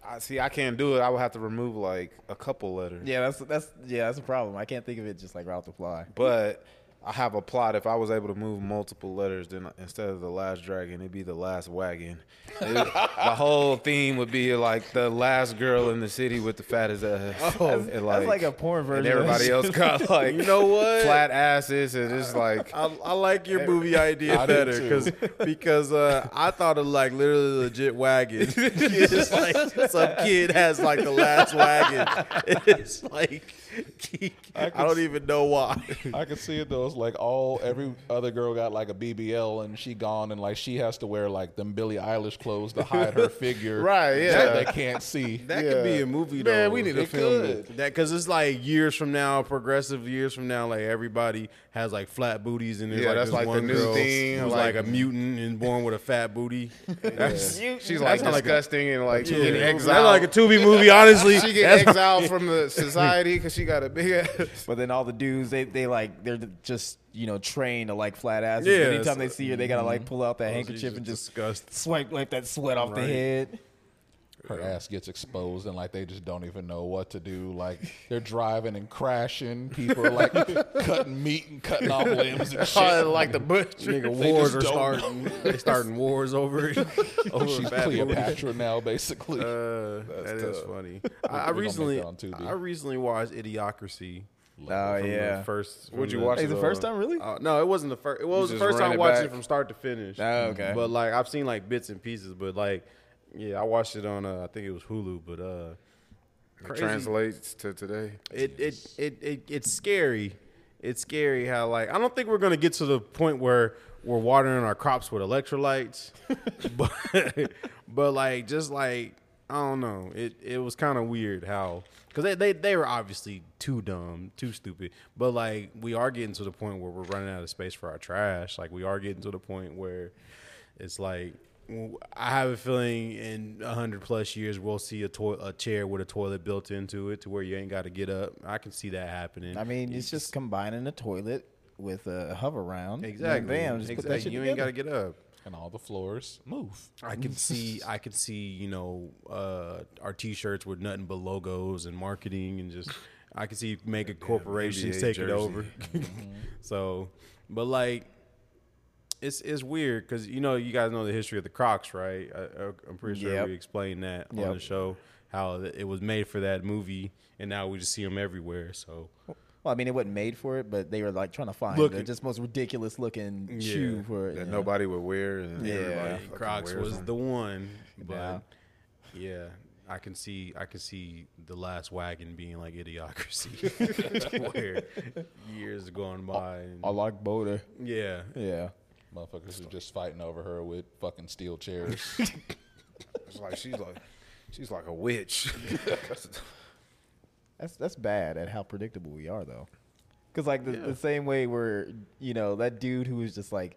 D: I see. I can't do it. I would have to remove like a couple letters.
A: Yeah, that's that's yeah, that's a problem. I can't think of it just like route to fly.
D: But I have a plot. If I was able to move multiple letters, then instead of the last dragon, it'd be the last wagon. It- the whole theme would be like the last girl in the city with the fattest ass. Oh, and
A: that's like a porn version
D: And
A: of
D: everybody
A: that
D: else got like
B: You know what?
D: flat asses, and it's like
B: I, I like your movie idea
C: I do
B: better
C: too.
B: because because uh, I thought of like literally legit wagon. it's just like some kid has like the last wagon. It's like I, don't even know why.
C: I can see it though. It's like all every other girl got like a BBL and she gone and like she has to wear like them Billie Eilish clothes to hide her figure.
D: Right,
C: so
D: yeah.
C: they can't see.
B: That could be a movie.
D: Man,
B: though.
D: we need to
B: It
D: film
B: could. that because it's like years from now, progressive years from now, like everybody has like flat booties and there's
D: Yeah,
B: like
D: that's
B: this
D: like the
B: one
D: new
B: girl
D: thing,
B: who's like,
D: like-
B: a mutant and born with a fat booty. That's
D: she's like
B: That's like a-
D: disgusting and like she
B: yeah.
D: get
B: That's
D: exiled.
B: like a Tubi movie. Honestly,
D: she get
B: That's-
D: exiled from the society because she got a big ass.
A: But then all the dudes, they, they like they're just you know trained to like flat asses.
B: Yeah, Mm-hmm.
A: Anytime
B: it's-
A: they see her, they gotta like pull out that handkerchief
B: just
A: and just
B: disgusted.
A: swipe like that sweat off the
B: Right.
A: head.
C: her ass gets exposed and like they just don't even know what to do. Like they're driving and crashing. People are like cutting meat and cutting off limbs and shit.
D: like the butcher.
B: Nigga,
C: They
B: wars
C: just
B: are
C: don't
B: starting. they starting wars over it.
C: Oh, she's
B: bad boy.
C: Cleopatra now, basically.
B: Uh, that is
C: tough.
B: funny.
C: We're
B: I, I
C: gonna make
B: recently,
C: that on Tubi.
B: I recently watched Idiocracy.
A: Oh
B: from the
A: yeah.
B: first.
D: Would
B: from
D: you watch
A: Hey, the
D: So,
A: first time really?
B: Uh, no, it wasn't the first. Well, it was the
D: just
B: first
D: ran
B: time
D: it
B: watching it
D: back? Ah,
B: from start to finish.
A: Oh, okay.
B: But like I've seen like bits and pieces, but like yeah, I watched it on uh, I think it was Hulu, but uh, crazy.
D: Translates to today.
B: It, it it it it's scary. It's scary how like I don't think we're gonna get to the point where we're watering our crops with electrolytes, but but like just like I don't know. It it was kind of weird how because they, they they were obviously too dumb, too stupid. But like we are getting to the point where we're running out of space for our trash. Like we are getting to the point where it's like w- I have a feeling in hundred plus years we'll see a toi- a chair with a toilet built into it to where you ain't got to get up. I can see that happening.
A: I mean, it's just combining a toilet with a hover round.
B: exactly.
A: Bam, just put that
B: Exactly.
A: shit
B: You ain't got
A: together.
B: to get up.
C: and all the floors move.
B: I can see I can see you know uh, our T-shirts with nothing but logos and marketing and just I can see mega corporations
D: NBA
B: take it
D: jersey.
B: over. so, but like it's it's weird because you know you guys know the history of the Crocs, right? I, I- I'm pretty sure
A: Yep.
B: we explained that on
A: Yep.
B: the show how th- it was made for that movie, and now we just see them everywhere. So
A: Well, I mean, it wasn't made for it, but they were like trying to find
B: Look
A: the
B: it-
A: just most ridiculous looking
B: Yeah,
A: shoe for it.
D: That
A: yeah.
D: nobody would wear. And
A: Yeah.
D: everybody
A: Yeah,
D: fucking
B: Crocs
D: wears
B: was
D: them.
B: the one, but
A: Yeah.
B: yeah, I can see I can see the last wagon being like idiocracy, where years gone by. And,
A: like Boulder.
B: yeah,
A: Yeah.
C: Motherfuckers are just fighting over her with fucking steel chairs.
D: It's like she's like she's like a witch.
A: That's that's bad at how predictable we are though. Cuz like the, the same way where you know that dude who was just like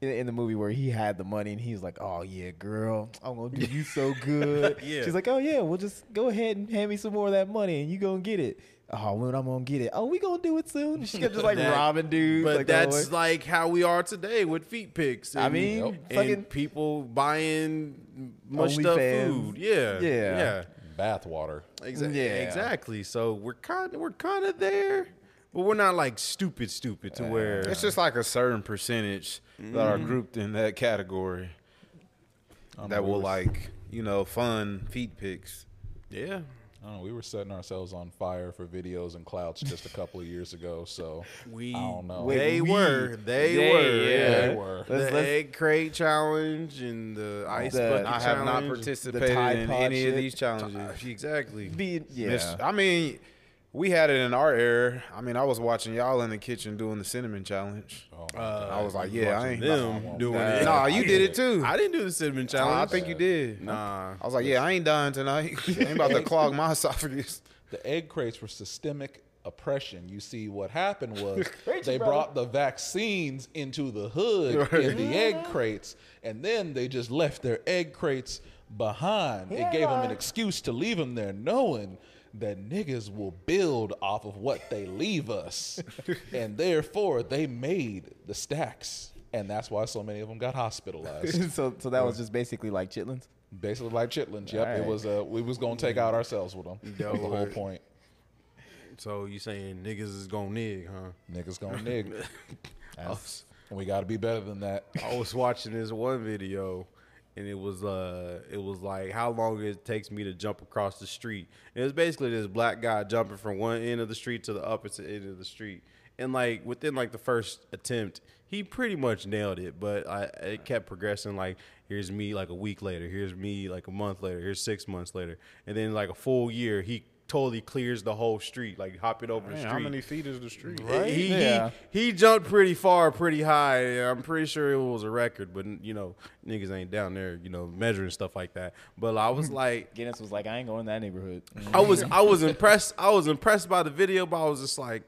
A: in, in the movie where he had the money and he was like, "Oh yeah, girl, I'm going to do you so good."
B: Yeah.
A: She's like, "Oh yeah, well just go ahead and hand me some more of that money and you going to get it." Oh, when I'm gonna get it? Oh, we gonna do it soon. She kept just like
B: That-
A: robbing dudes.
B: but
A: like, the whole
B: that's
A: way.
B: like how we are today with feet pics.
A: I
B: and-
A: mean,
C: Yep.
B: and
A: fucking
B: people buying mushed up
A: OnlyFans.
B: food. Yeah,
A: Yeah.
B: yeah.
C: Bath water.
B: Exactly.
A: Yeah.
B: Exactly. So we're kind we're kind of there, but we're not like stupid stupid to where
D: it's just like a certain percentage that
B: Mm-hmm.
D: are grouped in that category that will like you know fun feed pics.
B: yeah.
C: I don't know, we were setting ourselves on fire for videos and clouts just a couple of years ago. So
B: We
C: I don't know.
A: Wait,
B: they
A: we-
B: were they,
A: They-
B: were
A: yeah.
C: They were.
B: the
A: Let's- let's-
B: egg crate challenge and the ice
A: The-
B: bucket
D: I have not
B: challenge.
D: participated
A: Tide
D: in
A: Pod
D: any
A: shit.
D: of these challenges.
B: uh, exactly.
A: Be- yeah.
D: Miss- I mean, we had it in our era. I mean, I was watching y'all in the kitchen doing the cinnamon challenge.
C: Oh, my
B: Uh,
C: God.
D: I was like, yeah, I ain't.
B: them doing
D: Nah,
B: it.
D: nah, you did it too.
B: I didn't do the cinnamon
D: Nah, I
B: challenge.
D: think you did.
B: Nah,
D: I was like, yeah, I ain't dying tonight. I ain't about to clog my esophagus.
C: the egg crates were systemic oppression. You see, what happened was they brought the vaccines into the hood in the egg crates, and then they just left their egg crates behind. It gave them an excuse to leave them there, knowing that niggas will build off of what they leave us, and therefore they made the stacks. and that's why so many of them got hospitalized.
A: so, so that was just basically like chitlins.
C: Basically, like chitlins. Yep,
A: Alright.
C: it was. Uh, we was gonna take out ourselves with them. That was the whole
B: Lord.
C: point.
B: So you saying niggas is gonna nig, huh?
C: Niggas gonna nig,
B: That's-
C: and we gotta be better than that.
B: I was watching this one video, and it was uh, it was like how long it takes me to jump across the street. And it was basically this black guy jumping from one end of the street to the opposite end of the street, and like within like the first attempt, he pretty much nailed it. But I it kept progressing. Like here's me like a week later, here's me like a month later, here's six months later, and then like a full year, he totally clears the whole street, like hopping over the
D: Man,
B: street.
D: how many feet is the street?
B: He,
A: Yeah.
B: he he jumped pretty far, pretty high. and I'm pretty sure it was a record, but you know, niggas ain't down there, you know, measuring stuff like that. But I
D: Hmm.
B: was like,
A: Guinness was like, I ain't going in that neighborhood.
B: I was I was impressed. I was impressed by the video, but I was just like,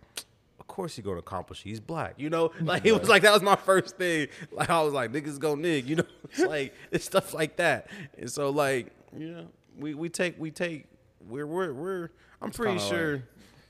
B: of course he gonna accomplish. it. He's black, you know. Like it was like that was my first thing. Like I was like, niggas gonna nig, you know. It's like it's stuff like that, and so like you know, we we take we take we're we're we're. I'm pretty
D: kinda
B: sure.
D: like-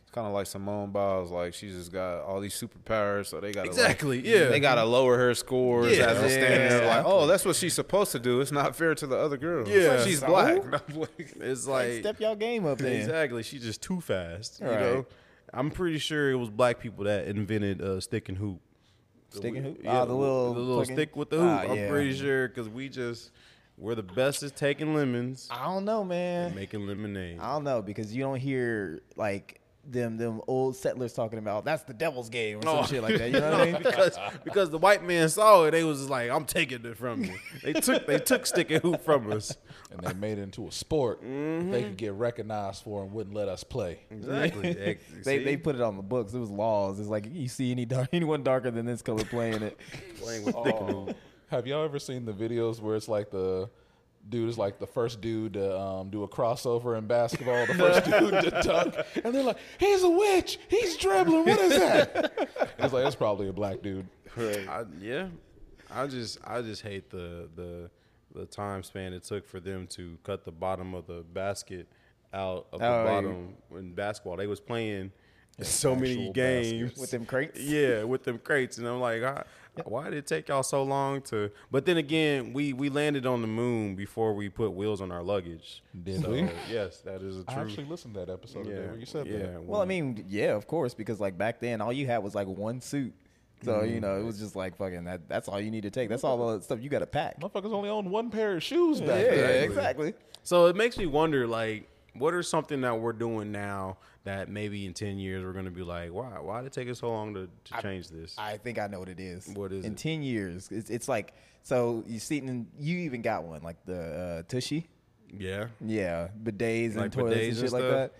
D: It's kind of like Simone Biles. Like she just got all these superpowers, so they got
B: Exactly, yeah.
D: They gotta lower her scores
B: Yeah.
D: as a standard.
B: Yeah.
D: Like, oh, that's what she's supposed to do. It's not fair to the other girl.
B: Yeah.
D: she's
B: So?
D: black.
B: it's like
A: Step y'all game up then.
B: Exactly. She's just too fast. You
A: Right.
B: know, I'm pretty sure it was black people that invented uh, stick and hoop.
A: Stick and hoop?
B: Yeah,
A: Ah, the little fucking-
B: stick with the hoop.
A: Ah,
B: I'm
A: yeah.
B: pretty sure because we just we're the best at taking lemons
A: I don't know,
B: and
A: man.
B: making lemonade.
A: I don't know because you don't hear like them them old settlers talking about that's the devil's game or
B: Oh.
A: some shit like that. You know what I mean?
B: because because the white man saw it, they was just like, "I'm taking it from you." They took they took stick and hoop from us.
C: and they made it into a sport that they could get recognized for and wouldn't let us play.
B: Exactly.
A: They, they put it on the books. It was laws. It's like you see any dark, anyone darker than this color playing it.
B: playing with stick and hoop.
C: Have y'all ever seen the videos where it's like the dude is like the first dude to um, do a crossover in basketball, the first dude to dunk, and they're like, "He's a witch. He's dribbling. What is that?" it's like it's probably a black dude.
B: I, yeah, I just I just hate the the the time span it took for them to cut the bottom of the basket out of the
A: Oh, you-
B: bottom in basketball. They was playing so many
C: actual
B: games
A: With them crates?
B: Yeah, with them crates, and I'm like, I, why did it take y'all so long to? But then again, we we landed on the moon before we put wheels on our luggage.
C: Did we?
B: Yes, that is a
C: I actually
B: true.
C: listened to that episode
B: Yeah,
C: today where you said
B: yeah.
C: that.
A: Well, I mean, yeah, of course, because like back then, all you had was like one suit. So
B: Mm-hmm.
A: you know, it was just like fucking that. That's all you need to take. That's all the stuff you got to pack.
C: Motherfuckers only owned one pair of shoes back
A: Yeah,
C: then.
A: exactly.
B: So it makes me wonder, like, what are something that we're doing now that maybe in ten years we're gonna be like, why? Why did it take us so long to, to change this?
A: I think I know what it is.
B: What is
A: in
B: it?
A: ten years? It's, it's like so you see, and you even got one like the uh, tushy.
B: yeah,
A: Yeah, bidets
B: Like
A: and toilets
B: bidets
A: and
B: and
A: shit like
B: stuff?
A: that.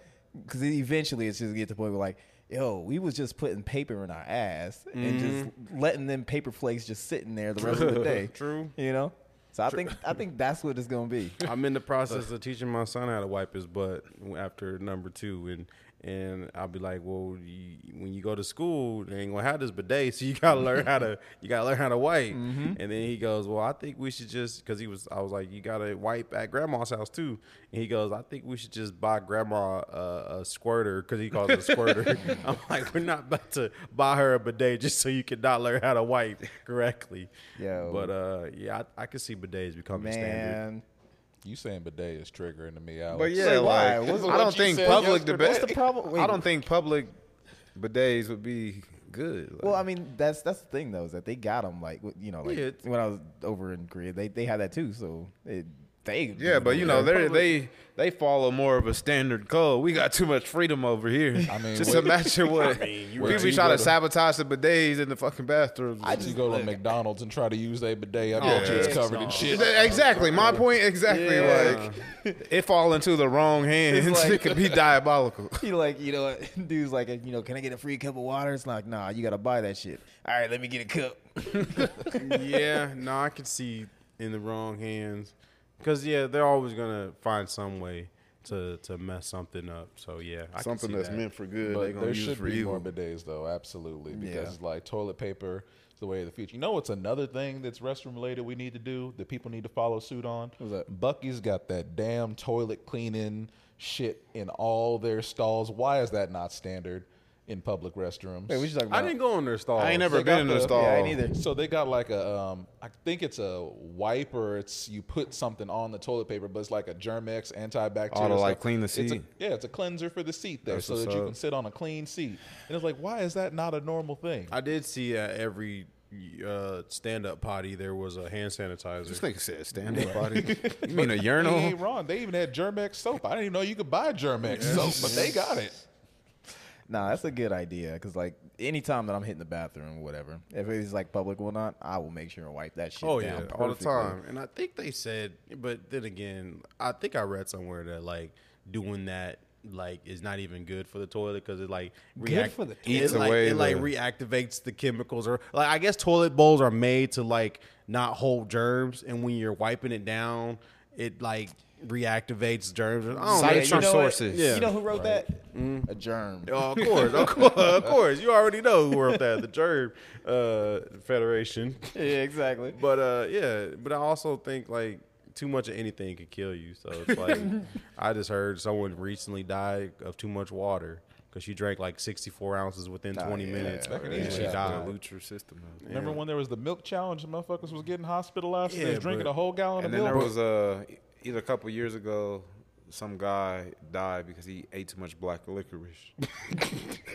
A: Because eventually it's just get to the point where like, yo, we was just putting paper in our ass and just letting them paper flakes just sitting there the rest of the day.
B: Mm-hmm. True.
A: You know. So I think I think that's what it's gonna be.
B: I'm in the process of teaching my son how to wipe his butt after number two, and and I'll be like, well, you, when you go to school, they ain't gonna have this bidet, so you gotta learn how to you gotta learn how to wipe.
A: Mm-hmm.
B: And then he goes, well, I think we should just because he was I was like, you gotta wipe at grandma's house too, and he goes, I think we should just buy grandma a, a squirter because he calls it a squirter. I'm like, we're not about to buy her a bidet just so you can not learn how to wipe correctly.
A: Yo.
B: but uh, yeah, I, I could see bidets becoming standard.
A: Man,
C: You saying bidet is triggering to me, Alex.
D: But yeah,
A: why?
D: like
A: What's-
D: I
C: what
D: don't
C: you
D: think
C: said
D: public
C: yesterday.
D: debate.
A: What's the problem? Wait.
D: I don't think public bidets would be good. Like,
A: Well, I mean, that's that's the thing though is that they got them like w- you know like
B: Yeah.
A: when I was over in Korea, they they had that too. So it, they
D: yeah, but you know they they they follow more of a standard code. We got too much freedom over here.
C: I mean,
D: just
C: what-
D: imagine what
C: right.
D: people be
C: You
D: trying
C: gotta-
D: to sabotage the bidets in the fucking bathrooms.
A: I
C: you
A: just
C: go to
A: look,
C: McDonald's and try to use their bidet. I bet you it's
A: yeah.
C: covered in shit.
D: Exactly. My point exactly.
B: Yeah.
D: Like it fall into the wrong hands,
A: It's like-
D: it could be diabolical.
A: You like, you know, what? dude's like, you know, can I get a free cup of water? It's like, nah, you gotta buy that shit. All right, let me get a cup.
B: yeah, no, I could see in the wrong hands because yeah, they're always gonna find some way to to mess something up. So yeah, I
D: Something
B: could see
D: that's
B: that.
D: meant for good, they
C: But
D: gonna
C: there
D: use
C: should
D: for
C: be
D: evil.
C: more bidets, though, absolutely, because
A: Yeah.
C: like toilet paper is the way of the future. You know, what's another thing that's restroom related we need to do that people need to follow suit on.
A: What's that?
C: Bucky's got that damn toilet cleaning shit in all their stalls. Why is that not standard? in public restrooms.
A: Wait, what you talking
B: I
A: about?
B: didn't go in their stall.
D: I ain't
C: They
D: never
C: got
D: been in a
C: the-
D: stall.
A: Yeah, I ain't either.
C: So they got like a, um, I think it's a wipe or it's you put something on the toilet paper, but it's like a Germex antibacterial.
D: Oh, to, like,
C: stuff.
D: clean the
C: It's a-
D: seat.
C: yeah, it's a cleanser for the seat there,
D: That's
C: so
D: what's
C: that you
D: up.
C: can sit on a clean seat. And it's like, why is that not a normal thing?
B: I did see at every uh, stand-up potty there was a hand sanitizer.
D: This nigga said stand up body. You mean a urinal?
C: They ain't wrong. They even had Germex soap. I didn't even know you could buy Germex soap, but they got it.
A: Nah, that's a good idea because like anytime that I'm hitting the bathroom, whatever, if it's like public or not, I will make sure and wipe that shit
B: oh yeah,
A: down
B: all the
A: perfectly.
B: time. And I think they said, but then again, I think I read somewhere that like doing that like is not even good for the toilet because it like react-
G: for the
B: it,
D: Eats
B: like,
D: away
B: it like
D: the-
B: reactivates the chemicals or like I guess toilet bowls are made to like not hold germs, and when you're wiping it down, it like reactivates germs. I don't know.
A: Yeah,
D: Cite
A: you
D: your
A: know what?
D: sources.
A: You know who wrote that? A germ.
B: Oh, of course, of course, of course. You already know who wrote that, the Germ uh, Federation.
A: Yeah, exactly.
B: But uh, yeah, but I also think like too much of anything could kill you. So it's like I just heard someone recently died of too much water because she drank like 64 ounces within 20
A: yeah,
B: minutes,
C: that could
B: and she
C: easily
B: died.
D: Dilute your system. man.
C: Remember when there was the milk challenge and motherfuckers was getting hospitalized and they
B: Yeah,
C: was drinking
B: but-
C: a whole gallon
D: And
C: of
D: then
C: milk?
D: there was uh, either a couple years ago, some guy died because he ate too much black licorice.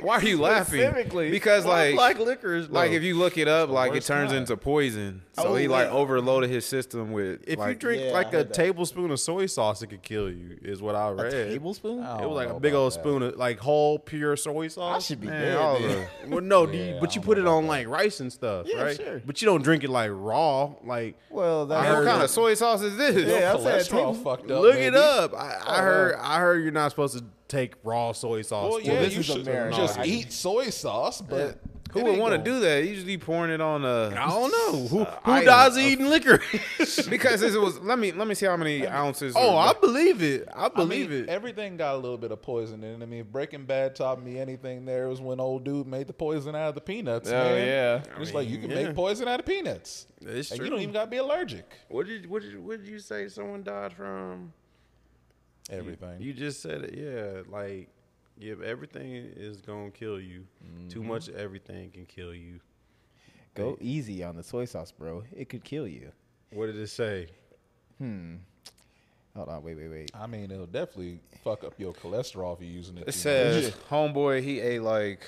D: Why are you laughing?
A: Specifically,
D: because
B: Why
D: like
B: black licorice,
D: like
B: though?
D: if you look it up, like it
C: worst
D: turns
C: kind.
D: into poison. So
A: Oh,
D: he like
A: yeah.
D: overloaded his system with.
B: if you
D: like-
B: drink
A: Yeah, I
B: like a
A: heard that.
B: tablespoon of soy sauce, it could kill you. Is what I read.
A: A tablespoon?
C: Oh.
B: It was like
C: don't
B: a
C: know
B: big
C: about
B: old
C: that.
B: spoon of like whole pure soy sauce.
A: I should be
D: Man,
A: dead.
D: all
A: then.
D: the-
B: Well, no, do you,
C: Yeah,
B: but
C: I
B: you
C: don't
B: put
C: know
B: it
C: about
B: on like rice and stuff,
A: Yeah,
B: right?
A: sure.
B: But you don't drink it like raw. Like,
A: Well, that
D: I
B: heard
D: what kind of soy sauce is this?
A: Yeah, I said
C: cholesterol
A: table-
C: fucked up.
B: look it
C: maybe.
B: up. I,
D: Oh,
B: I heard. I heard you're not supposed to take raw soy sauce.
C: Well,
B: to
C: yeah,
B: it.
A: this
C: you
A: is
C: should
A: America.
C: just
A: No, I-
C: eat soy sauce, but
D: Who would want to do that? Usually pouring it on uh, a.
B: I don't know who who
D: item
B: dies
D: of-
B: eating liquor.
D: because this was let me let me see how many ounces.
B: oh,
D: were-
B: I believe it. I
C: I mean,
B: believe it.
C: Everything got a little bit of poison in it. I mean, if Breaking Bad taught me anything. There was when old dude made the poison out of the peanuts. Oh
D: yeah.
C: it's like you can make poison out of peanuts,
B: It's
C: and
B: true.
C: you don't even got to be allergic.
D: What did what did what did you say? Someone died from.
C: Everything.
B: You just said it. Yeah, like yeah, everything is gonna kill you.
D: Mm-hmm.
B: Too much of everything can kill you.
A: Go easy on the soy sauce, bro. It could kill you. Hmm.
B: What did it say?
A: Hold on, wait, wait, wait.
C: I mean, it'll definitely fuck up your cholesterol if you're using it.
D: It
C: too
D: says
C: much.
D: homeboy he ate like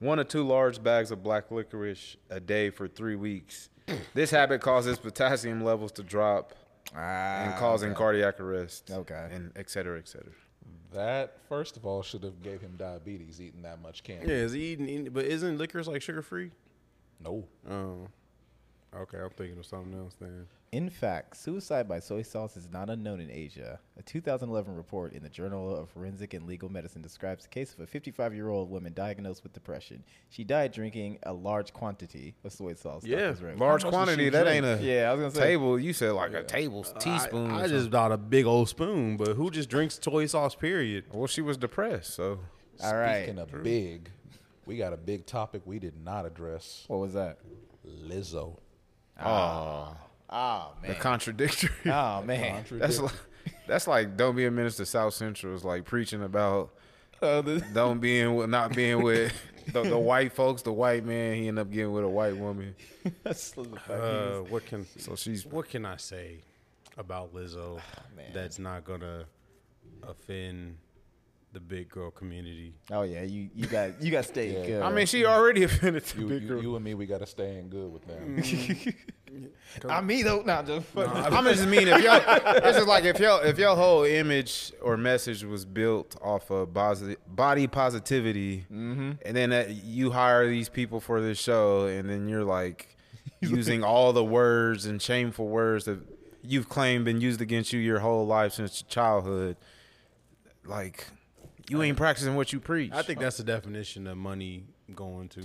D: one or two large bags of black licorice a day for three weeks. this habit causes potassium levels to drop
B: Ah.
D: and causing cardiac arrest.
A: Okay.
D: and et cetera, et cetera.
C: that first of all should have gave him diabetes eating that much candy.
B: Yeah, is he eating? any- But isn't liquors like sugar free?
C: No,
B: Oh, okay. I'm thinking of something else then.
A: In fact, suicide by soy sauce is not unknown in Asia. A 2011 report in the Journal of Forensic and Legal Medicine describes a case of a 55 year old woman diagnosed with depression. She died drinking a large quantity of soy sauce. Dr. Zrake.
C: How
D: large
C: much does she
D: quantity. That
C: drink?
D: ain't a
A: Yeah, I was gonna say-
D: table. You said like a table teaspoon.
B: I, I
D: or
B: just
D: something.
B: bought a big old spoon, but who just drinks soy sauce? Period.
D: well, she was depressed, so
A: All right.
C: Speaking of big, we got a big topic we did not address.
A: What was that?
C: Lizzo.
A: Oh,
D: the
A: man.
D: contradictory.
A: Oh, man.
D: That's like, that's like don't be a minister. South Central is like preaching about
A: Oh,
D: don't being with not being with the, the white folks. The white man he end up getting with a white woman.
B: Uh, what can
D: So she's
B: what can I say about Lizzo that's not gonna offend the big girl community?
A: Oh yeah, you, you got you got steak.
C: Yeah.
A: good.
D: I mean, she already offended the
C: You,
D: big
C: you,
D: girl.
C: you and me, we got to stay in good with them.
A: I mean though, not just
D: I'm just mean if y'all. It's just like if y'all if your whole image or message was built off of posi- body positivity, and then that you hire these people for this show, and then you're like using all the words and shameful words that you've claimed been used against you your whole life since childhood, like. You ain't practicing what you preach.
B: I think that's the definition of money going to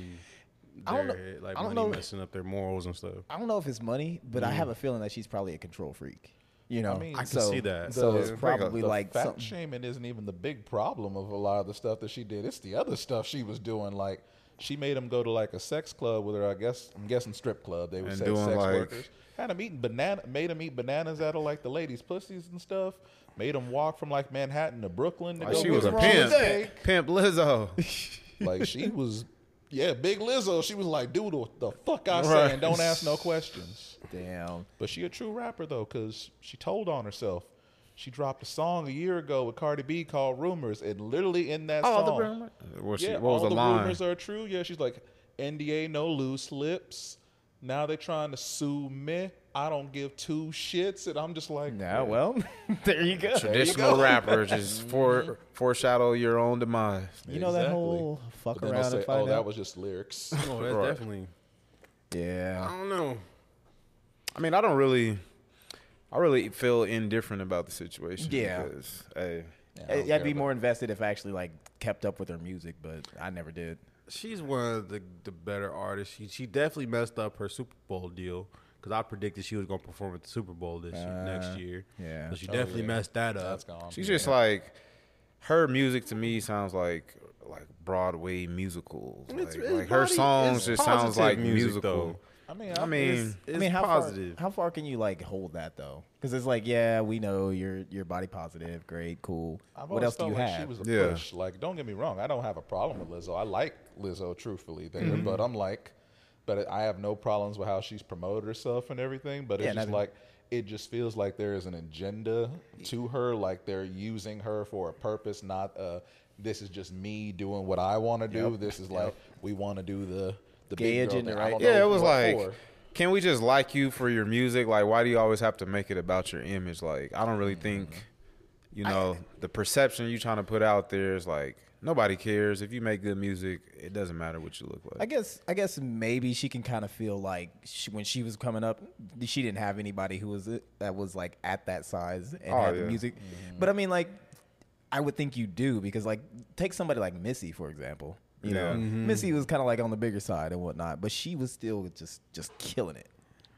A: I
B: their
A: don't know-
B: head, like
A: I
B: money
A: don't know.
B: messing up their morals and stuff.
A: I don't know if it's money, but I have a feeling that she's probably a control freak. You know,
C: mean, Mm. I can
A: so,
B: see that.
A: So
C: The-
A: it's probably
C: the
A: like
C: fat
A: something.
C: shaming isn't even the big problem of a lot of the stuff that she did. It's the other stuff she was doing. Like she made him go to like a sex club with her. I guess I'm guessing strip club. They would
D: And
C: say
D: doing,
C: sex
D: like-
C: workers. Had him eating banana. Made him eat bananas out of like the ladies' pussies and stuff. Made him walk from like Manhattan to Brooklyn. To
D: Like,
C: go
D: she
C: get
D: was a
C: roll
D: pimp.
C: steak.
D: Pimp Lizzo.
C: Like she was, yeah, Big Lizzo. She was like, "Do what the fuck I say and don't ask no questions."
A: Damn.
C: But she a true rapper though, cause she told on herself. She dropped a song a year ago with Cardi B called "Rumors," and literally in that
A: Oh,
C: song,
D: What, she,
C: yeah,
D: what was
C: all
D: the
C: the
D: line?
C: rumors are true. Yeah, she's like, NDA, no loose lips. Now they're trying to sue me. I don't give two shits, and I'm just like,
A: Yeah, well, there you go.
D: Traditional rappers just for, foreshadow your own demise.
A: You know that
C: Exactly.
A: whole fuck
C: But then
A: around
C: they'll say,
A: and find
C: oh,
A: out.
C: that was just lyrics.
B: Oh, that's
D: Right.
B: definitely.
A: yeah.
B: I don't know.
D: I mean, I don't really, I really feel indifferent about the situation.
A: Yeah.
D: because, hey,
A: I I'd be more invested if I actually like kept up with her music, but I never did.
B: She's one of the, the better artists. She, she definitely messed up her Super Bowl deal because I predicted she was going to perform at the Super Bowl this year, next year.
A: yeah.
B: So she definitely
C: yeah.
B: messed that up.
C: That's gone.
D: she's just like, her music to me sounds like like Broadway musicals. Like,
B: It's- it's
D: like, her
B: body-
D: songs
B: it's
D: just sounds
B: positive
D: like
B: music,
D: musical.
C: I mean,
D: I mean,
B: It's
A: I mean, how
B: positive.
A: far? How far can you like hold that though? Because it's like, yeah, we know you're you're body positive, great, cool.
C: I've
A: what
C: always
A: else do
C: felt
A: you
C: like
A: have?
C: She was a
D: Yeah.
C: push. Like, don't get me wrong, I don't have a problem with Lizzo. I like Lizzo truthfully, there,
A: Mm-hmm.
C: but I'm like, but I have no problems with how she's promoted herself and everything. But it's
A: Yeah,
C: just
A: neither.
C: like it just feels like there is an agenda to her. Like they're using her for a purpose, not uh, this is just me doing what I want to do. This is like we want to do the the
A: Gay
C: big girl
A: agenda,
C: thing. I
A: right?
C: don't know
D: yeah, it was
C: what
D: like.
C: for.
D: Can we just like you for your music? Like, why do you always have to make it about your image? Like, I don't really
C: Mm-hmm.
D: think, you know, the perception you trying to put out there is like nobody cares if you make good music. It doesn't matter what you look like.
A: I guess I guess maybe she can kind of feel like she, when she was coming up, she didn't have anybody who was that was like at that size and
D: Oh,
A: had the
D: yeah.
A: music.
C: Mm-hmm.
A: But I mean, like, I would think you do because like take somebody like Missy for example. You know,
D: Yeah.
C: Mm-hmm.
A: Missy was kind of like on the bigger side and whatnot, but she was still just just killing it.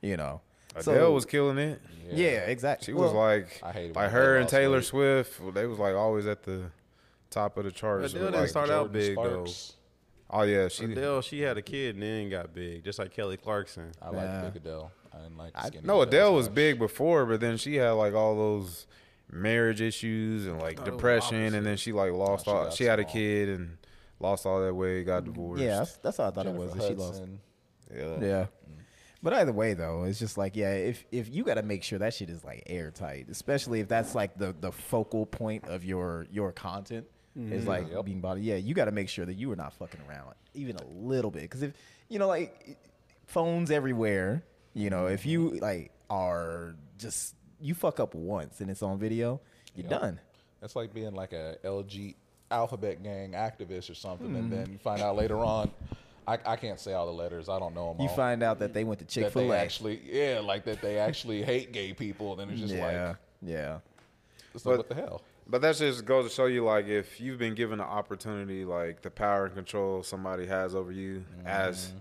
A: You know,
D: Adele was killing it.
A: yeah, exactly.
D: She was
A: Well,
D: like,
C: I hated
D: like
C: when
D: her
C: Adele
D: and
C: lost
D: Taylor
C: weight.
D: Swift. well, They was like always at the top of the charts.
B: Adele
D: with,
B: didn't
D: like-
B: start out
C: Jordan
B: big
C: Sparks.
D: oh yeah, she.
B: Adele, she had a kid and then got big, just like Kelly Clarkson.
C: I like
A: Nah.
C: Big Adele. I didn't like skinny Adele
D: No, Adele was
C: much.
D: big before, but then she had like all those marriage issues and like depression, and then she like lost
C: she
D: all.
C: got
D: She had a
C: small.
D: kid and lost all that weight, got divorced.
A: Mm, yeah, that's, that's how I thought
C: Jennifer
A: it was. That she lost.
C: Hudson.
D: yeah.
A: Yeah. mm. But either way, though, it's just like, yeah, if if you got to make sure that shit is like airtight, especially if that's like the the focal point of your your content is like
C: Yep.
A: being body. Yeah, you got to make sure that you are not fucking around even a little bit, because if you know, like, phones everywhere. You know, if you
C: Mm-hmm.
A: like are just you fuck up once and it's on video, you're
C: Yep.
A: done.
C: That's like being like a LG alphabet gang activist or something, and then you find out later on. I, I can't say all the letters. I don't know them
A: You
C: all.
A: find out that they went to Chick
C: mm-hmm. that
A: Fil
C: they
A: A.
C: actually, yeah, like that they actually hate gay people. And then it's just
A: Yeah,
C: like,
A: yeah.
C: it's like,
D: But-
C: what the hell?
D: But that just goes to show you, like, if you've been given an opportunity, like the power and control somebody has over you as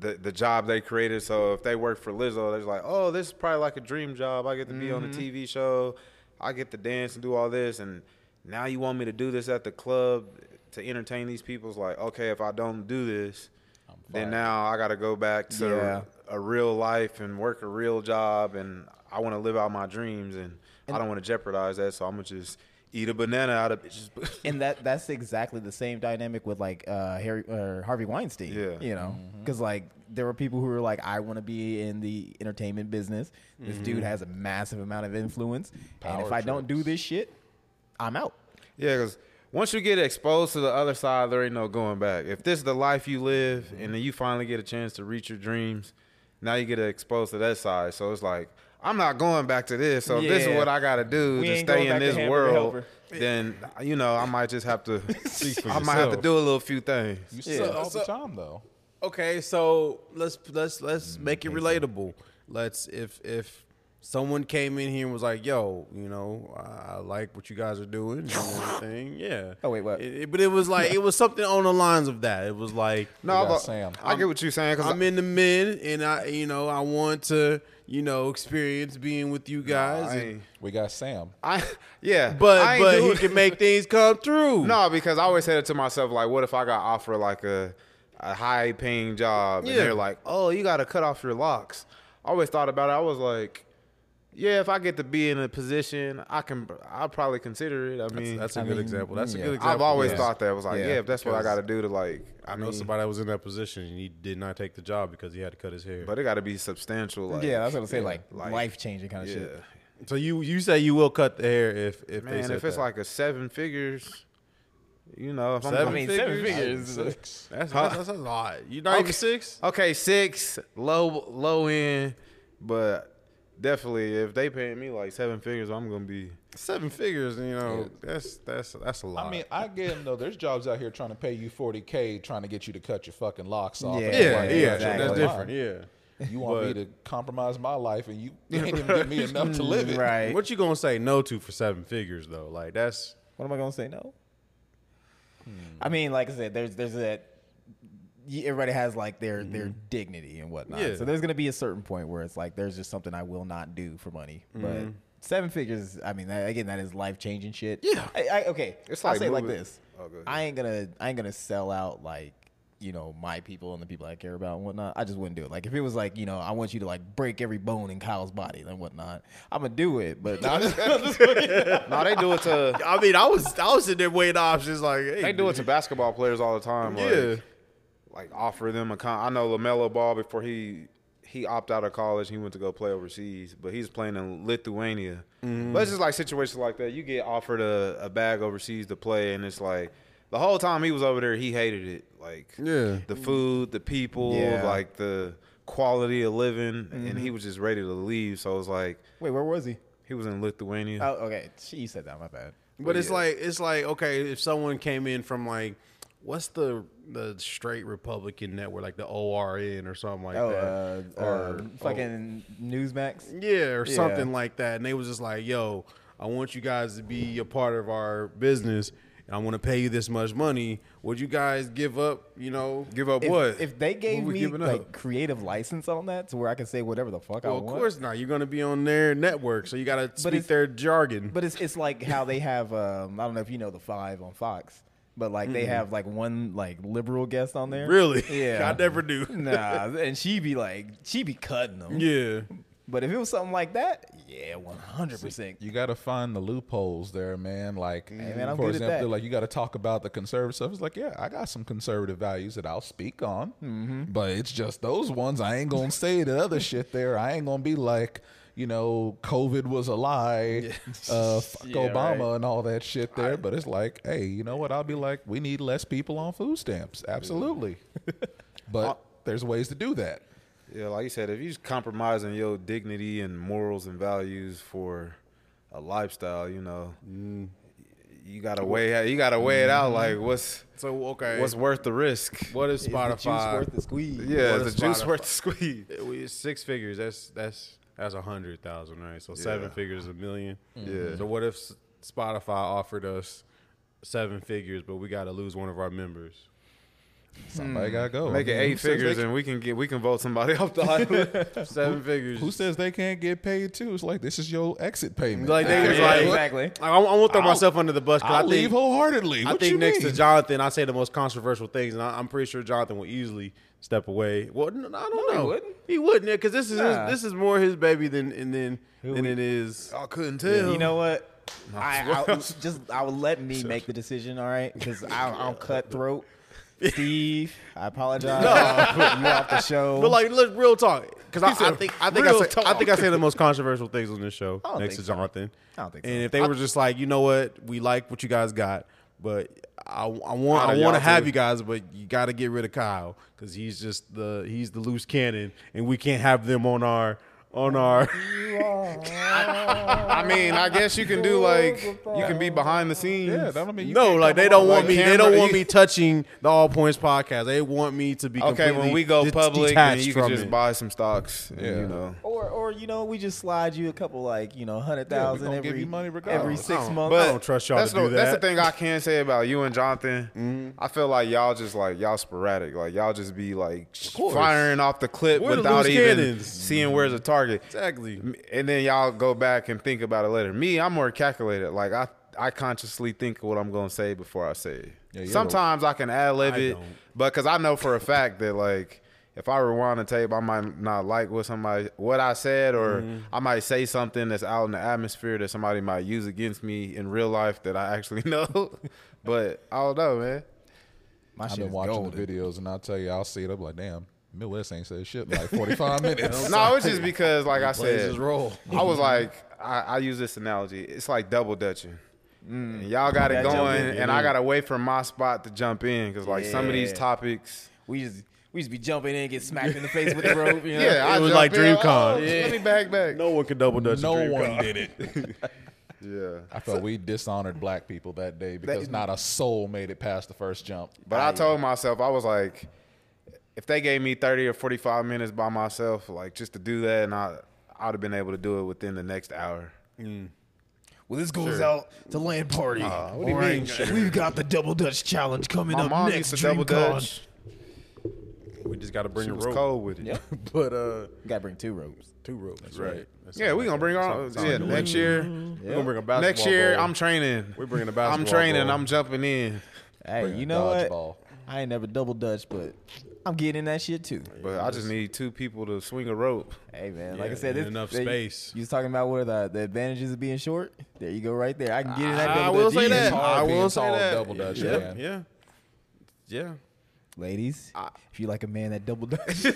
D: the the job they created. So if they work for Lizzo, they're just like, oh, this is probably like a dream job. I get to be on the TV show, I get to dance and do all this, and now you want me to do this at the club to entertain these people? It's like, okay, if I don't do this, then
C: fired.
D: now I got to go back to
A: Yeah.
D: a real life and work a real job and I want to live out my dreams and, I don't want to jeopardize that, so I'm gonna just eat a banana out of bitches.
A: and that that's exactly the same dynamic with like uh, Harry or Harvey Weinstein.
D: Yeah.
A: you know,
C: Mm-hmm.
A: because like there were people who were like, I want to be in the entertainment business. This dude has a massive amount of influence, and if
C: Mm-hmm. Power
A: I don't do
C: trips.
A: this shit, I'm out.
D: yeah, because once you get exposed to the other side, there ain't no going back. If this is the life you live, and then you finally get a chance to reach your dreams, now you get exposed to that side. So it's like I'm not going back to this. So if this is
A: Yeah.
D: what I got to do
A: We
D: to
A: ain't going
D: stay in
A: back to
D: this
A: Hamburger
D: world,
A: Helper.
D: then you know I might just have to.
B: for
D: I might have to
B: yourself.
D: do a little few things.
C: You
B: Yeah.
C: suck all
B: So-
C: the time, though.
B: Okay, so let's let's let's make it relatable. Let's if if someone came in here and was like, "Yo, you know, I, I like what you guys are doing," and everything. Yeah.
A: Oh, wait, what?
B: It- it- but it was like it was something on the lines of that. It was like,
D: No,
C: We got
D: but
C: Sam.
D: I get what you're saying. Cause
B: I'm in the men, and I, you know, I want to, you know, experience being with you guys.
D: I,
B: and-
D: ain't-
C: We got Sam.
D: I yeah, I
B: but
D: ain't
B: but
D: do
B: he
D: it.
B: can make things come through.
D: no, because I always said it to myself like, what if I got offered like a a high paying job and "Oh,
B: Yeah.
D: they're like, oh, you got to cut off your locks. I always thought about it. I was like, Yeah, if I get to be in a position, I can. I'll probably consider it. I mean,
B: That's a
A: I
B: good
A: mean,
B: example. That's
A: yeah.
B: a good
A: I've
B: example.
D: I've always
B: because
D: thought that I was like,
A: Yeah.
D: yeah, if that's what I got to do to like,
B: I know somebody that was in that position and he did not take the job because he had to cut his hair.
D: but it got to be substantial. Like,
A: yeah, I was gonna say like,
D: like-
A: life changing kind of
D: yeah.
A: shit.
B: so you you say you will cut the hair if if they
D: Man,
B: said
D: if it's
B: that.
D: like a seven figures, you know, if
B: Seven
D: I'm I mean,
A: seven
B: figures?
A: figures.
B: that's, that's that's a lot. You're not even
D: Okay.
B: six.
D: okay, six low low end, but definitely if they paying me like seven figures, I'm gonna be
B: Seven figures, you know, that's that's that's a lot.
C: I mean, I get 'em, though. There's jobs out here trying to pay you 40k, trying to get you to cut your fucking locks off.
A: Yeah,
C: and
B: yeah,
C: like,
B: yeah,
A: exactly.
B: that's
C: like,
B: different.
C: why?
B: Yeah.
C: You want me to compromise my life, and you ain't even give me enough to live it.
A: Right. What,
B: What you gonna say no to for seven figures though? Like that's
A: am I gonna say no?
D: Hmm.
A: I mean, like I said, there's there's that. y- Everybody has like their
D: Mm-hmm.
A: their dignity and whatnot.
B: Yeah.
A: So there's gonna be a certain point where it's like there's just something I will not do for money.
D: Mm-hmm.
A: But seven figures, I mean, that, again, that is life changing shit. Yeah. I, I, okay.
D: It's
A: I'll
D: like
A: say it like
D: moving-
A: this.
D: Oh, go ahead.
A: I ain't gonna I ain't gonna sell out like you know my people and the people I care about and whatnot. I just wouldn't do it. Like if it was like you know I want you to like break every bone in Kyle's body and whatnot, I'm gonna do it. But
D: no, they do it to
B: I mean, I was I was sitting there weighing options like hey,
D: they do it to basketball players all the time. Like,
B: Yeah.
D: like offer them a con. I know Lamelo Ball before he he opted out of college. He went to go play overseas, but he's playing in Lithuania.
A: Mm-hmm.
D: But it's just like situations like that. You get offered a, a bag overseas to play, and it's like the whole time he was over there, he hated it. Like
B: Yeah.
D: the food, the people,
A: Yeah. Mm-hmm.
D: like the quality of living, and he was just ready to leave. So it was like
A: wait, where was he?
D: he was in Lithuania.
A: Oh, okay. She you said that. My bad.
B: But it's like it's like okay, if someone came in from like what's the the straight Republican network like the ORN or something like
A: Oh, uh,
B: that, oh.
A: uh, fucking Newsmax.
B: yeah, or
A: yeah.
B: something like that, and they was just like, "Yo, I want you guys to be a part of our business, and I want to pay you this much money. Would you guys give up? You know,
D: Give up
A: If,
D: what?
A: if they gave
B: we
A: me
B: giving
A: like
B: up?
A: creative license on that to where I can say whatever the fuck I
B: well, of
A: want?
B: course not. You're gonna be on their network, so you gotta speak
A: it's-
B: their jargon.
A: But it's it's like how they have um I don't know if you know the five on Fox, but like they have like one like liberal guest on there.
B: really,
A: Yeah.
B: I never do.
A: Nah, and she be like she be cutting them.
B: Yeah,
A: But if it was something like that, yeah, one hundred percent.
C: You got to find the loopholes there, man. Like,
A: man, I'm
C: for
A: good at
C: example,
A: that.
C: like you got to talk about the conservative stuff. It's like, yeah, I got some conservative values that I'll speak on,
A: Mm-hmm.
C: but it's just those ones. I ain't gonna say the other shit there. I ain't gonna be like, you know, COVID was a lie, uh, fuck
A: Yeah,
C: Obama and all that shit there. but it's like, hey, you know what? I'll be like, we need less people on food stamps, absolutely. but there's ways to do that.
D: Yeah, like you said, if you're compromising your dignity and morals and values for a lifestyle, you know,
B: Mm.
D: you gotta weigh you gotta weigh it out. Like, what's
B: so okay,
D: what's worth the risk?
B: Mm-hmm. what is Spotify?
A: worth the squeeze.
D: yeah,
B: what
D: is
B: is
D: the juice
B: Spotify?
D: worth the squeeze?
B: Yeah, Uh, we- it's six figures. That's that's that's a hundred thousand, right? So seven figures is a million.
D: Yeah.
B: So what if S- Spotify offered us seven figures, but we got to lose one of our members?
A: Mm.
C: Somebody gotta go.
D: Make it
C: I
B: Mm-hmm.
C: mean,
D: eight
C: who says they
D: figures, and we can get we can vote somebody off the island.
B: Seven figures.
C: Who says they can't get paid too? It's like this is your exit payment.
B: Like they was
A: Yeah,
B: like,
A: exactly.
B: I, I won't throw
C: I'll-
B: myself under the bus. 'cause
C: I,
B: I
C: leave
B: think,
C: wholeheartedly.
B: I
C: What
B: think
C: you
B: next
C: mean?
B: to Jonathan, I say the most controversial things, and I, I'm pretty sure Jonathan will easily step away. Well, no, I don't know. He wouldn't. He wouldn't, because this is
A: Nah.
B: his, this is more his baby than and then than it is.
D: I couldn't tell.
A: You know what? I, I just I will let me make the decision, all right? Because I'll, I'll cut throat. Steve, I apologize. you off the show.
B: But like, look, real talk, because I, I think I think I,
A: real
B: say, I think I say the most controversial things on this show
A: don't
B: next to
A: think
B: Jonathan.
A: I don't think
B: And
A: so.
B: if they were just like, you know what, we like what you guys got, but I, I want
D: Out
B: I want to
D: of y'all
B: have
D: two.
B: you guys, but you got to get rid of Kyle because he's just the he's the loose cannon, and we can't have them on our on our.
D: I mean, I guess you can do like you can be behind the scenes.
C: Yeah, that'll mean you
B: no,
C: can't
B: like
C: come
B: they
C: on
B: don't
C: like
B: want me. They
D: camera,
B: don't want
D: you-
B: me touching the All Points podcast. They want me to be
D: Okay, when
B: completely
D: we go
B: de-
D: public,
B: detached
D: and you can
B: from
D: just
B: it.
D: buy some stocks. and,
C: Yeah.
D: you know.
A: or or you know, we just slide you a couple like you know hundred thousand
C: gonna
A: every
C: give you money
A: every
C: regardless.
A: six
B: I don't-
A: months.
B: I don't trust y'all
D: that's
B: to do
D: the,
B: that. Mm-hmm.
D: That's the thing I can say about you and Jonathan. I feel like y'all just like y'all sporadic. Like y'all just be like
B: course.
D: firing off the clip
B: We're the
D: without
B: loose
D: even
B: cannons.
D: seeing where's the target.
B: Exactly.
D: And then y'all go back and think about it later. Me, I'm more calculated. Like I, I consciously think of what I'm gonna say before I say it.
C: you're the-
D: Sometimes I can ad lib
B: I
D: it,
B: don't.
D: but because I know for a fact that like if I rewind the tape, I might not like what somebody what I said, or I might say something that's out in the atmosphere that somebody might use against me in real life that I actually know. but I don't know, man.
A: Oh, My
C: I've
A: shit
C: been
A: is
C: watching
A: golden.
C: the videos, and I'll tell you, I'll see it. I'm like, damn, Midwest ain't said shit in like 45 minutes.
D: No, it's just because, like I said,
C: Blazers roll.
D: I was like, I, I use this analogy. It's like double dutching. And y'all got it
A: Gotta jump
D: going,
A: in,
D: and I gotta wait for my spot to jump in because, like, some of these
A: Yeah.
D: topics.
A: We just we just be jumping in, and get smacked in the face with the rope. You know?
D: Yeah, I
B: was
D: jump
B: like
D: in, I'm
B: DreamCon.
D: oh, Let me back back.
B: No one could double dutch.
C: no
B: a dream
C: one
B: car.
C: did it.
D: Yeah,
C: I felt we dishonored black people that day because not a soul made it past the first jump.
D: but I told myself I was like, if they gave me thirty or forty-five minutes by myself, like just to do that, and I, I'd have been able to do it within the next hour.
A: Well, this goes out to land party.
D: what do you
A: All
D: mean,
A: We've got the double dutch challenge coming
D: My
A: up
D: mom
A: next.
D: used to double
A: DreamCon.
D: dutch.
B: We just got to bring
D: She
B: a
D: was
B: rope.
D: cold with it.
B: But uh,
A: You gotta bring two ropes.
B: two ropes. That's right. That's
D: Yeah, we gonna bring on. Yeah, next year.
B: We're gonna bring a basketball.
D: Next year,
B: goal.
D: I'm training.
B: We're bringing a basketball.
D: I'm training.
B: goal.
D: I'm jumping in.
A: Hey,
C: Bring
A: you
C: a
A: know what?
C: dodgeball.
A: I ain't never double dutch, but I'm getting in that shit too.
D: But I just need two people to swing a rope.
A: Hey man, like I
B: Yeah,
A: said,
B: and
A: this,
B: enough
A: they-
B: space.
A: You was talking about what are the, the advantages of being short. There you go, right there. I can get in that.
D: I
A: double
D: will
A: dutch.
D: say
A: easy.
D: that.
C: It's hard
D: I
C: being
D: will say
C: tall and
D: that.
C: double dutch,
B: Yeah.
C: man.
B: Yeah. Yeah.
A: ladies. if you like a man that double dutch,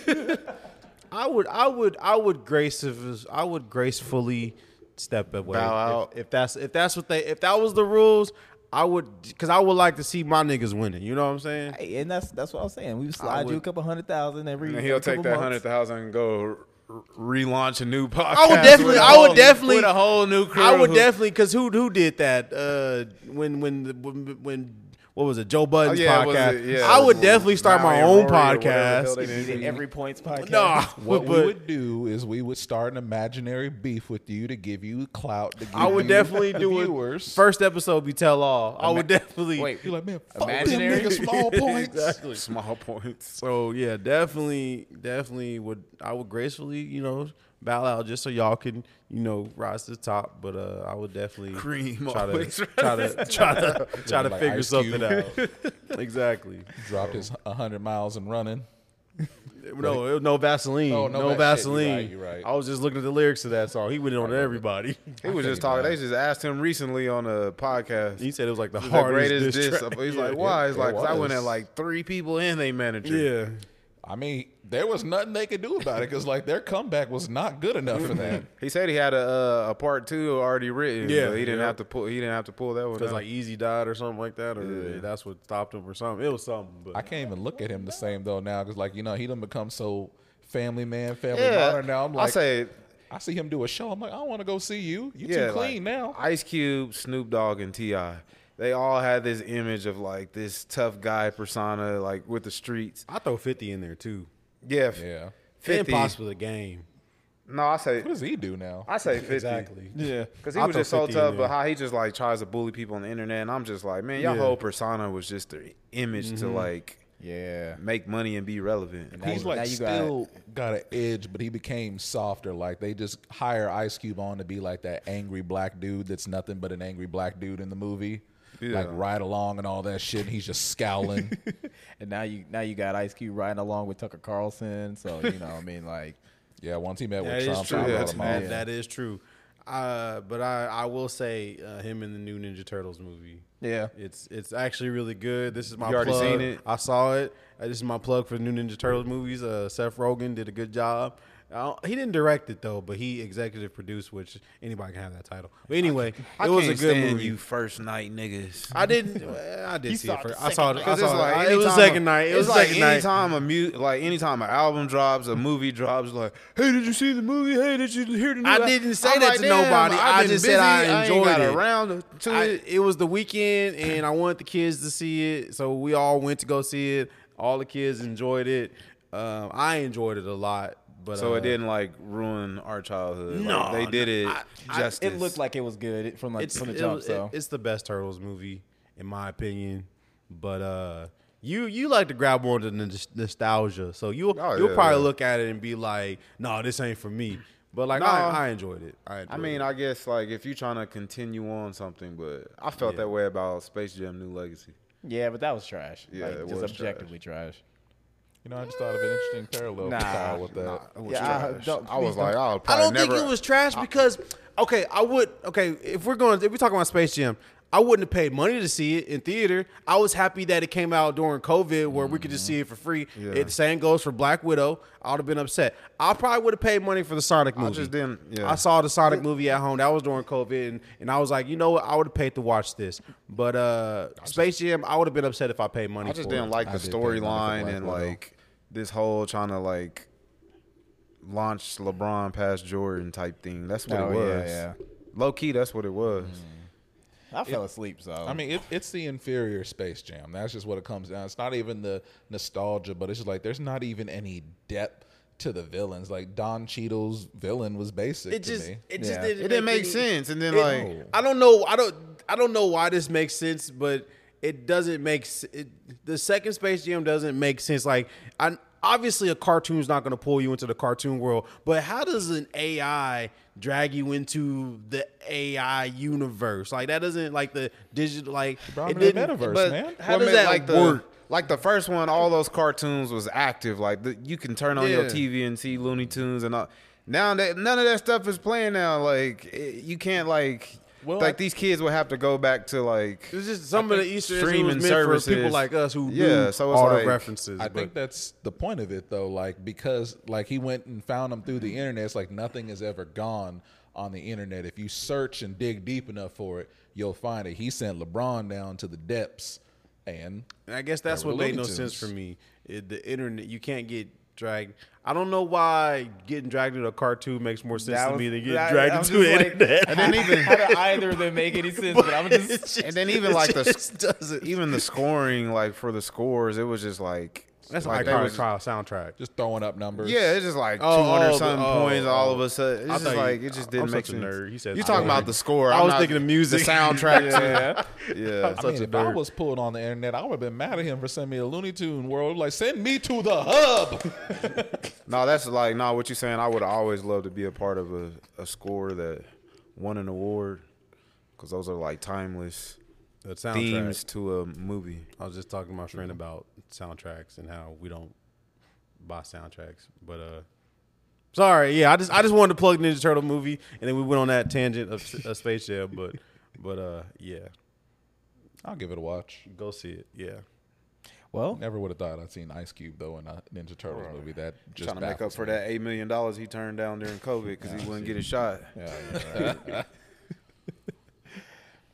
B: I would, I would, I would grace- I would gracefully step away.
D: Bow
B: If-
D: out.
B: If, that's if that's what they if that was the rules, I would because I would like to see my niggas winning. You know what I'm saying?
A: Hey, and that's that's what I was saying. We would slide you a
B: would-
A: couple hundred thousand every.
D: And he'll
A: every
D: take
A: couple
D: that
A: months.
D: hundred thousand and go r- relaunch a new podcast.
B: I would definitely-
D: with a
B: I would
D: whole-
B: definitely-
D: with a whole new crew.
B: I would
D: who-
B: definitely because who who did that uh, when when the- when. when what was it? Joe Budden's
D: Oh, yeah, was
B: podcast.
D: it- yeah,
B: I
D: it
B: would
D: was
B: definitely start my
D: Maui or
B: own
D: Rory or whatever the hell
B: podcast.
D: they
A: We
D: named
A: did
D: it.
A: every points podcast.
B: Nah,
C: What
B: but
C: we would do is we would start an imaginary beef with you to give you clout. To give
B: I would
C: you
B: definitely
C: the
B: do it.
C: viewers.
B: First episode be tell all. I would definitely.
A: wait.
C: You're like, man, fuck
A: Imaginary?
C: them niggas, small points.
D: small points.
B: So yeah, definitely, definitely would I would gracefully, you know, bow out just so y'all can, you know, rise to the top. But uh, I would definitely
D: Cream
B: try to
D: always
B: try to try to try to
C: Like
B: figure
C: Ice
B: something
C: Cube.
B: out. exactly.
C: Dropped his 100 miles and running.
B: No, it was no Vaseline.
C: Oh, no
B: no,
C: Va- shit,
B: Vaseline.
C: you're right, you're right.
B: I was just looking at the lyrics to that song. He went in on everybody.
D: He was just talking. They just asked him recently on a podcast.
B: He said it was like the
D: the
B: hardest
D: greatest
B: diss
D: diss.
B: track.
D: He's
B: Yeah.
D: like, why? He's
C: it
D: like, 'cause I
C: was.
D: went at like three people and they manager.
B: Yeah.
C: I mean, there was nothing they could do about it because like their comeback was not good enough for that.
D: He said he had a uh, a part two already written.
B: Yeah,
D: but he didn't
B: yeah.
D: have to pull. He didn't have to pull that one.
B: Because
D: Out.
B: like Easy died or something like that, or that's what stopped him or something. It was something. But
C: I can't even look at him the same though now because like you know he done become so family man, family
D: yeah,
C: modern now. I'm
D: I
C: like,
D: say,
C: I see him do a show. I'm like, I want to go see you. You
D: yeah,
C: too clean
D: like,
C: now.
D: Ice Cube, Snoop Dogg, and Ti. They all had this image of like this tough guy persona, like with the streets.
B: I throw fifty in there too.
D: Yeah, f-
C: Yeah.
D: fifty.
B: Impossible the game.
D: No, I say,
C: What does he do now?
D: I say fifty.
B: Exactly.
A: Yeah.
D: Cause he
B: I
D: was
B: throw
D: just so
B: 50 in
D: tough,
B: there.
D: but how he just like tries to bully people on the internet, and I'm just like, man, y'all
B: Yeah. Mm-hmm.
D: whole persona was just the image to like
A: Yeah.
D: make money and be relevant.
C: He's
A: Now
C: like
A: you got-
C: still got, an edge, but he became softer. Like they just hire Ice Cube on to be like that angry black dude that's nothing but an angry black dude in the movie. Like ride along and all that shit. And he's just scowling.
A: And now you now you got Ice Cube riding along with Tucker Carlson. So you know, I mean, like
C: yeah, once he met
B: That is
C: with Trump,
B: true.
C: I wrote
B: That's
C: him off.
B: that- that is true. Uh, but I, I will say uh, him in the new Ninja Turtles movie.
A: Yeah.
B: it's it's actually really good. This is my
D: You already
B: plug.
D: seen it?
B: I saw it. Uh, this is my plug for the new Ninja Turtles movies. Uh, Seth Rogen did a good job. I don't- he didn't direct it though, but he executive produced, which anybody can have that title. But anyway, it was a good movie.
D: You first night niggas.
B: I didn't. well, I did see it. First. I saw it. I
D: Cause it's
B: saw it.
D: like
B: it was
D: anytime
B: second night. It
D: it's
B: was
D: like
B: second night.
D: anytime a mu- like anytime an album drops, a movie drops, like, hey, did you see the movie? Hey, did you hear the new?
B: I
D: al-"
B: didn't say
D: I'm
B: that
D: like,
B: to
D: "Damn,
B: nobody.
D: I've
B: I
D: been
B: just said I
D: busy. ain't
B: enjoyed
D: got
B: it."
D: Around to
B: I-
D: it.
B: was the weekend, and I wanted the kids to see it, so we all went to go see it. All the kids enjoyed it. Um, I enjoyed it a lot, but
D: So
B: uh,
D: it didn't like ruin our childhood.
B: No,
D: like, they
B: no,
D: did it
B: I-
A: I-
D: justice.
A: it looked like it was good it- from like
B: It's
A: from the
B: it-
A: jump.
B: it-
A: so
B: it's the best Turtles movie in my opinion. But uh, you you like to grab more to the nostalgia, so you will
D: Oh,
B: you'll
D: yeah,
B: probably
D: yeah.
B: look at it and be like, "No, this ain't for me." But like, I, I enjoyed it. I, enjoyed
D: I mean,
B: it.
D: I guess like if you're trying to continue on something, but I felt that way about Space Jam: New Legacy.
A: yeah, but that was trash.
D: Yeah,
A: like,
D: it
A: just
D: was
A: objectively trash.
C: You know, I just thought of an interesting parallel to call with that.
A: it was
D: I,
A: trash. don't-
D: was
A: please
D: like,
A: don't-
D: I'll
B: I
D: probably
B: don't
D: never.
B: think it was trash because okay, I would okay if we're going if we're talking about Space Jam, I wouldn't have paid money to see it in theater. I was happy that it came out during COVID where we could
D: Mm-hmm.
B: just see it for free. It, the same goes for Black Widow. I would have been upset. I probably would have paid money for the Sonic movie.
D: just didn't- yeah.
B: I saw the Sonic movie at home. That was during COVID, and, and I was like, you know what? I would have paid to watch this. But uh Space Jam, I would have been upset if I paid money.
D: I just
B: for
D: didn't
B: it.
D: like
C: I
D: the
C: did think Monica
D: storyline
C: Black
D: and
C: Widow.
D: like this whole trying to like launch LeBron past Jordan type thing. That's what
A: Oh,
D: it
A: yeah,
D: was.
A: yeah.
D: Low key, that's what it was.
A: I fell asleep, so
C: I mean, it, it's the inferior Space Jam. That's just what it comes down. It's not even the nostalgia, but it's just like there's not even any depth to the villains. Like Don Cheadle's villain was basic
B: it
C: to
B: just
C: me.
B: it just
A: Yeah.
B: didn't
D: It didn't make
B: any-
D: sense, and then
B: it-
D: like
B: I don't know. I don't. I don't know why this makes sense, but it doesn't make s- it, the second Space Jam doesn't make sense. Like, I obviously a cartoon's not going to pull you into the cartoon world, but how does an AI drag you into the AI universe? Like that doesn't like the digital like
C: Brought
B: it
C: me to the
B: didn't.
C: metaverse,
D: but
C: man.
B: How
D: well,
B: does
D: man,
B: that
D: like
B: work?
D: The, like the first one, all those cartoons was active. Like the, you can turn on your
B: Yeah.
D: TV and see Looney Tunes and all. Now that none of that stuff is playing now, like it, you can't like
C: Well,
D: like
C: I-
D: these kids would have to go back to like
B: It's just some of the Easter eggs it was
D: streaming
B: meant for people
D: services.
B: like us who
D: Yeah,
B: knew
D: so it's
B: all
D: like-
B: the references.
C: I
B: but-
C: think that's the point of it, though. Like because like he went and found them through the internet. It's like nothing is ever gone on the internet. If you search and dig deep enough for it, you'll find it. He sent LeBron down to the depths, and
B: And I guess that's
C: were
B: what made no
C: Looney
B: sense
C: Tunes.
B: for me. It, the internet, you can't get dragged. I don't know why getting dragged into a cartoon makes more sense
A: That
B: to
A: was-
B: me than getting
A: that-
B: dragged
A: I'm
B: into
A: just
B: the
A: like-
B: internet.
A: how, how do either of them make any sense? But, I'm just,
D: and then even like the
B: just doesn't.
D: even the scoring like for the scores, it was just like
B: that's
D: like
B: like
D: they
B: iconic
D: was-
B: trial soundtrack.
C: just throwing up numbers.
D: Yeah, it's just like two
B: Oh,
D: hundred
B: oh,
D: something
B: oh,
D: points
B: oh.
D: all of a sudden.
B: I
D: It's just
B: thought
D: like
B: you-
D: it just
B: I'm
D: didn't make
B: such a
D: sense.
B: nerd. He said
D: you talking
B: score.
D: about the score?
B: I
D: I'm
B: was
D: not-
B: thinking of music.
D: the soundtrack. yeah, yeah.
C: I mean, if I was pulled on the internet, I would have been mad at him for sending me a Looney Tune world. Like, send me to the hub.
D: No, that's like no. What you're saying, I would always love to be a part of a, a score that won an award because those are like timeless
B: The soundtrack.
D: themes to a movie.
B: I was just talking to my friend about soundtracks and how we don't buy soundtracks. But uh sorry, yeah, I just I just wanted to plug Ninja Turtle movie and then we went on that tangent of, of Space Jam, but but uh yeah,
C: I'll give it a watch.
B: go see it. Yeah.
A: well,
C: Never would have thought I'd seen Ice Cube though in a Ninja Turtles movie. That just
D: Trying to make up
C: baffles
D: for
C: me.
D: that eight million dollars he turned down during COVID because he wouldn't get a shot.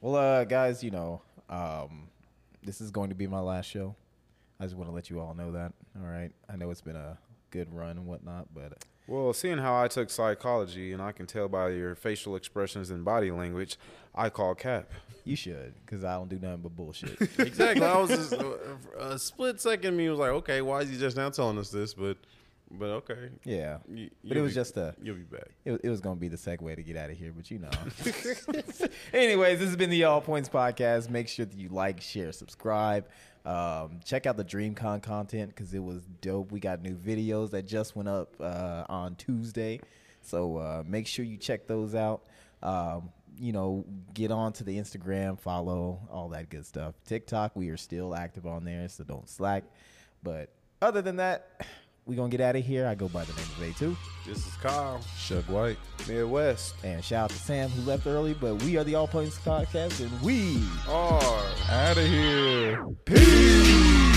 A: well, uh, guys, you know, um, this is going to be my last show. I just want to let you all know that. All right, I know it's been a good run and whatnot, but
D: Well, seeing how I took psychology and I can tell by your facial expressions and body language, I call cap.
A: you should because I don't do nothing but bullshit.
B: Exactly. I was just uh, a split second. Me was like, okay, why is he just now telling us this? But, but okay.
A: yeah,
B: You-
A: but it
B: you'll
A: was
B: be-
A: just a
B: You'll be back.
A: It, wa- it was going to be the segue to get out of here, but you know. Anyways, this has been the All Points Podcast. Make sure that you like, share, subscribe. Um, check out the DreamCon content because it was dope. We got new videos that just went up uh, on Tuesday. So uh, make sure you check those out. Um, you know, get on to the Instagram, follow, all that good stuff. TikTok, we are still active on there, so don't slack. But other than that, we're going to get out of here. I go by the name of A2.
B: This is Kyle.
C: Shug White.
D: Midwest.
A: And shout out to Sam who left early, but we are the All Points Podcast and we
D: Oh.
C: Out of here.
A: peace.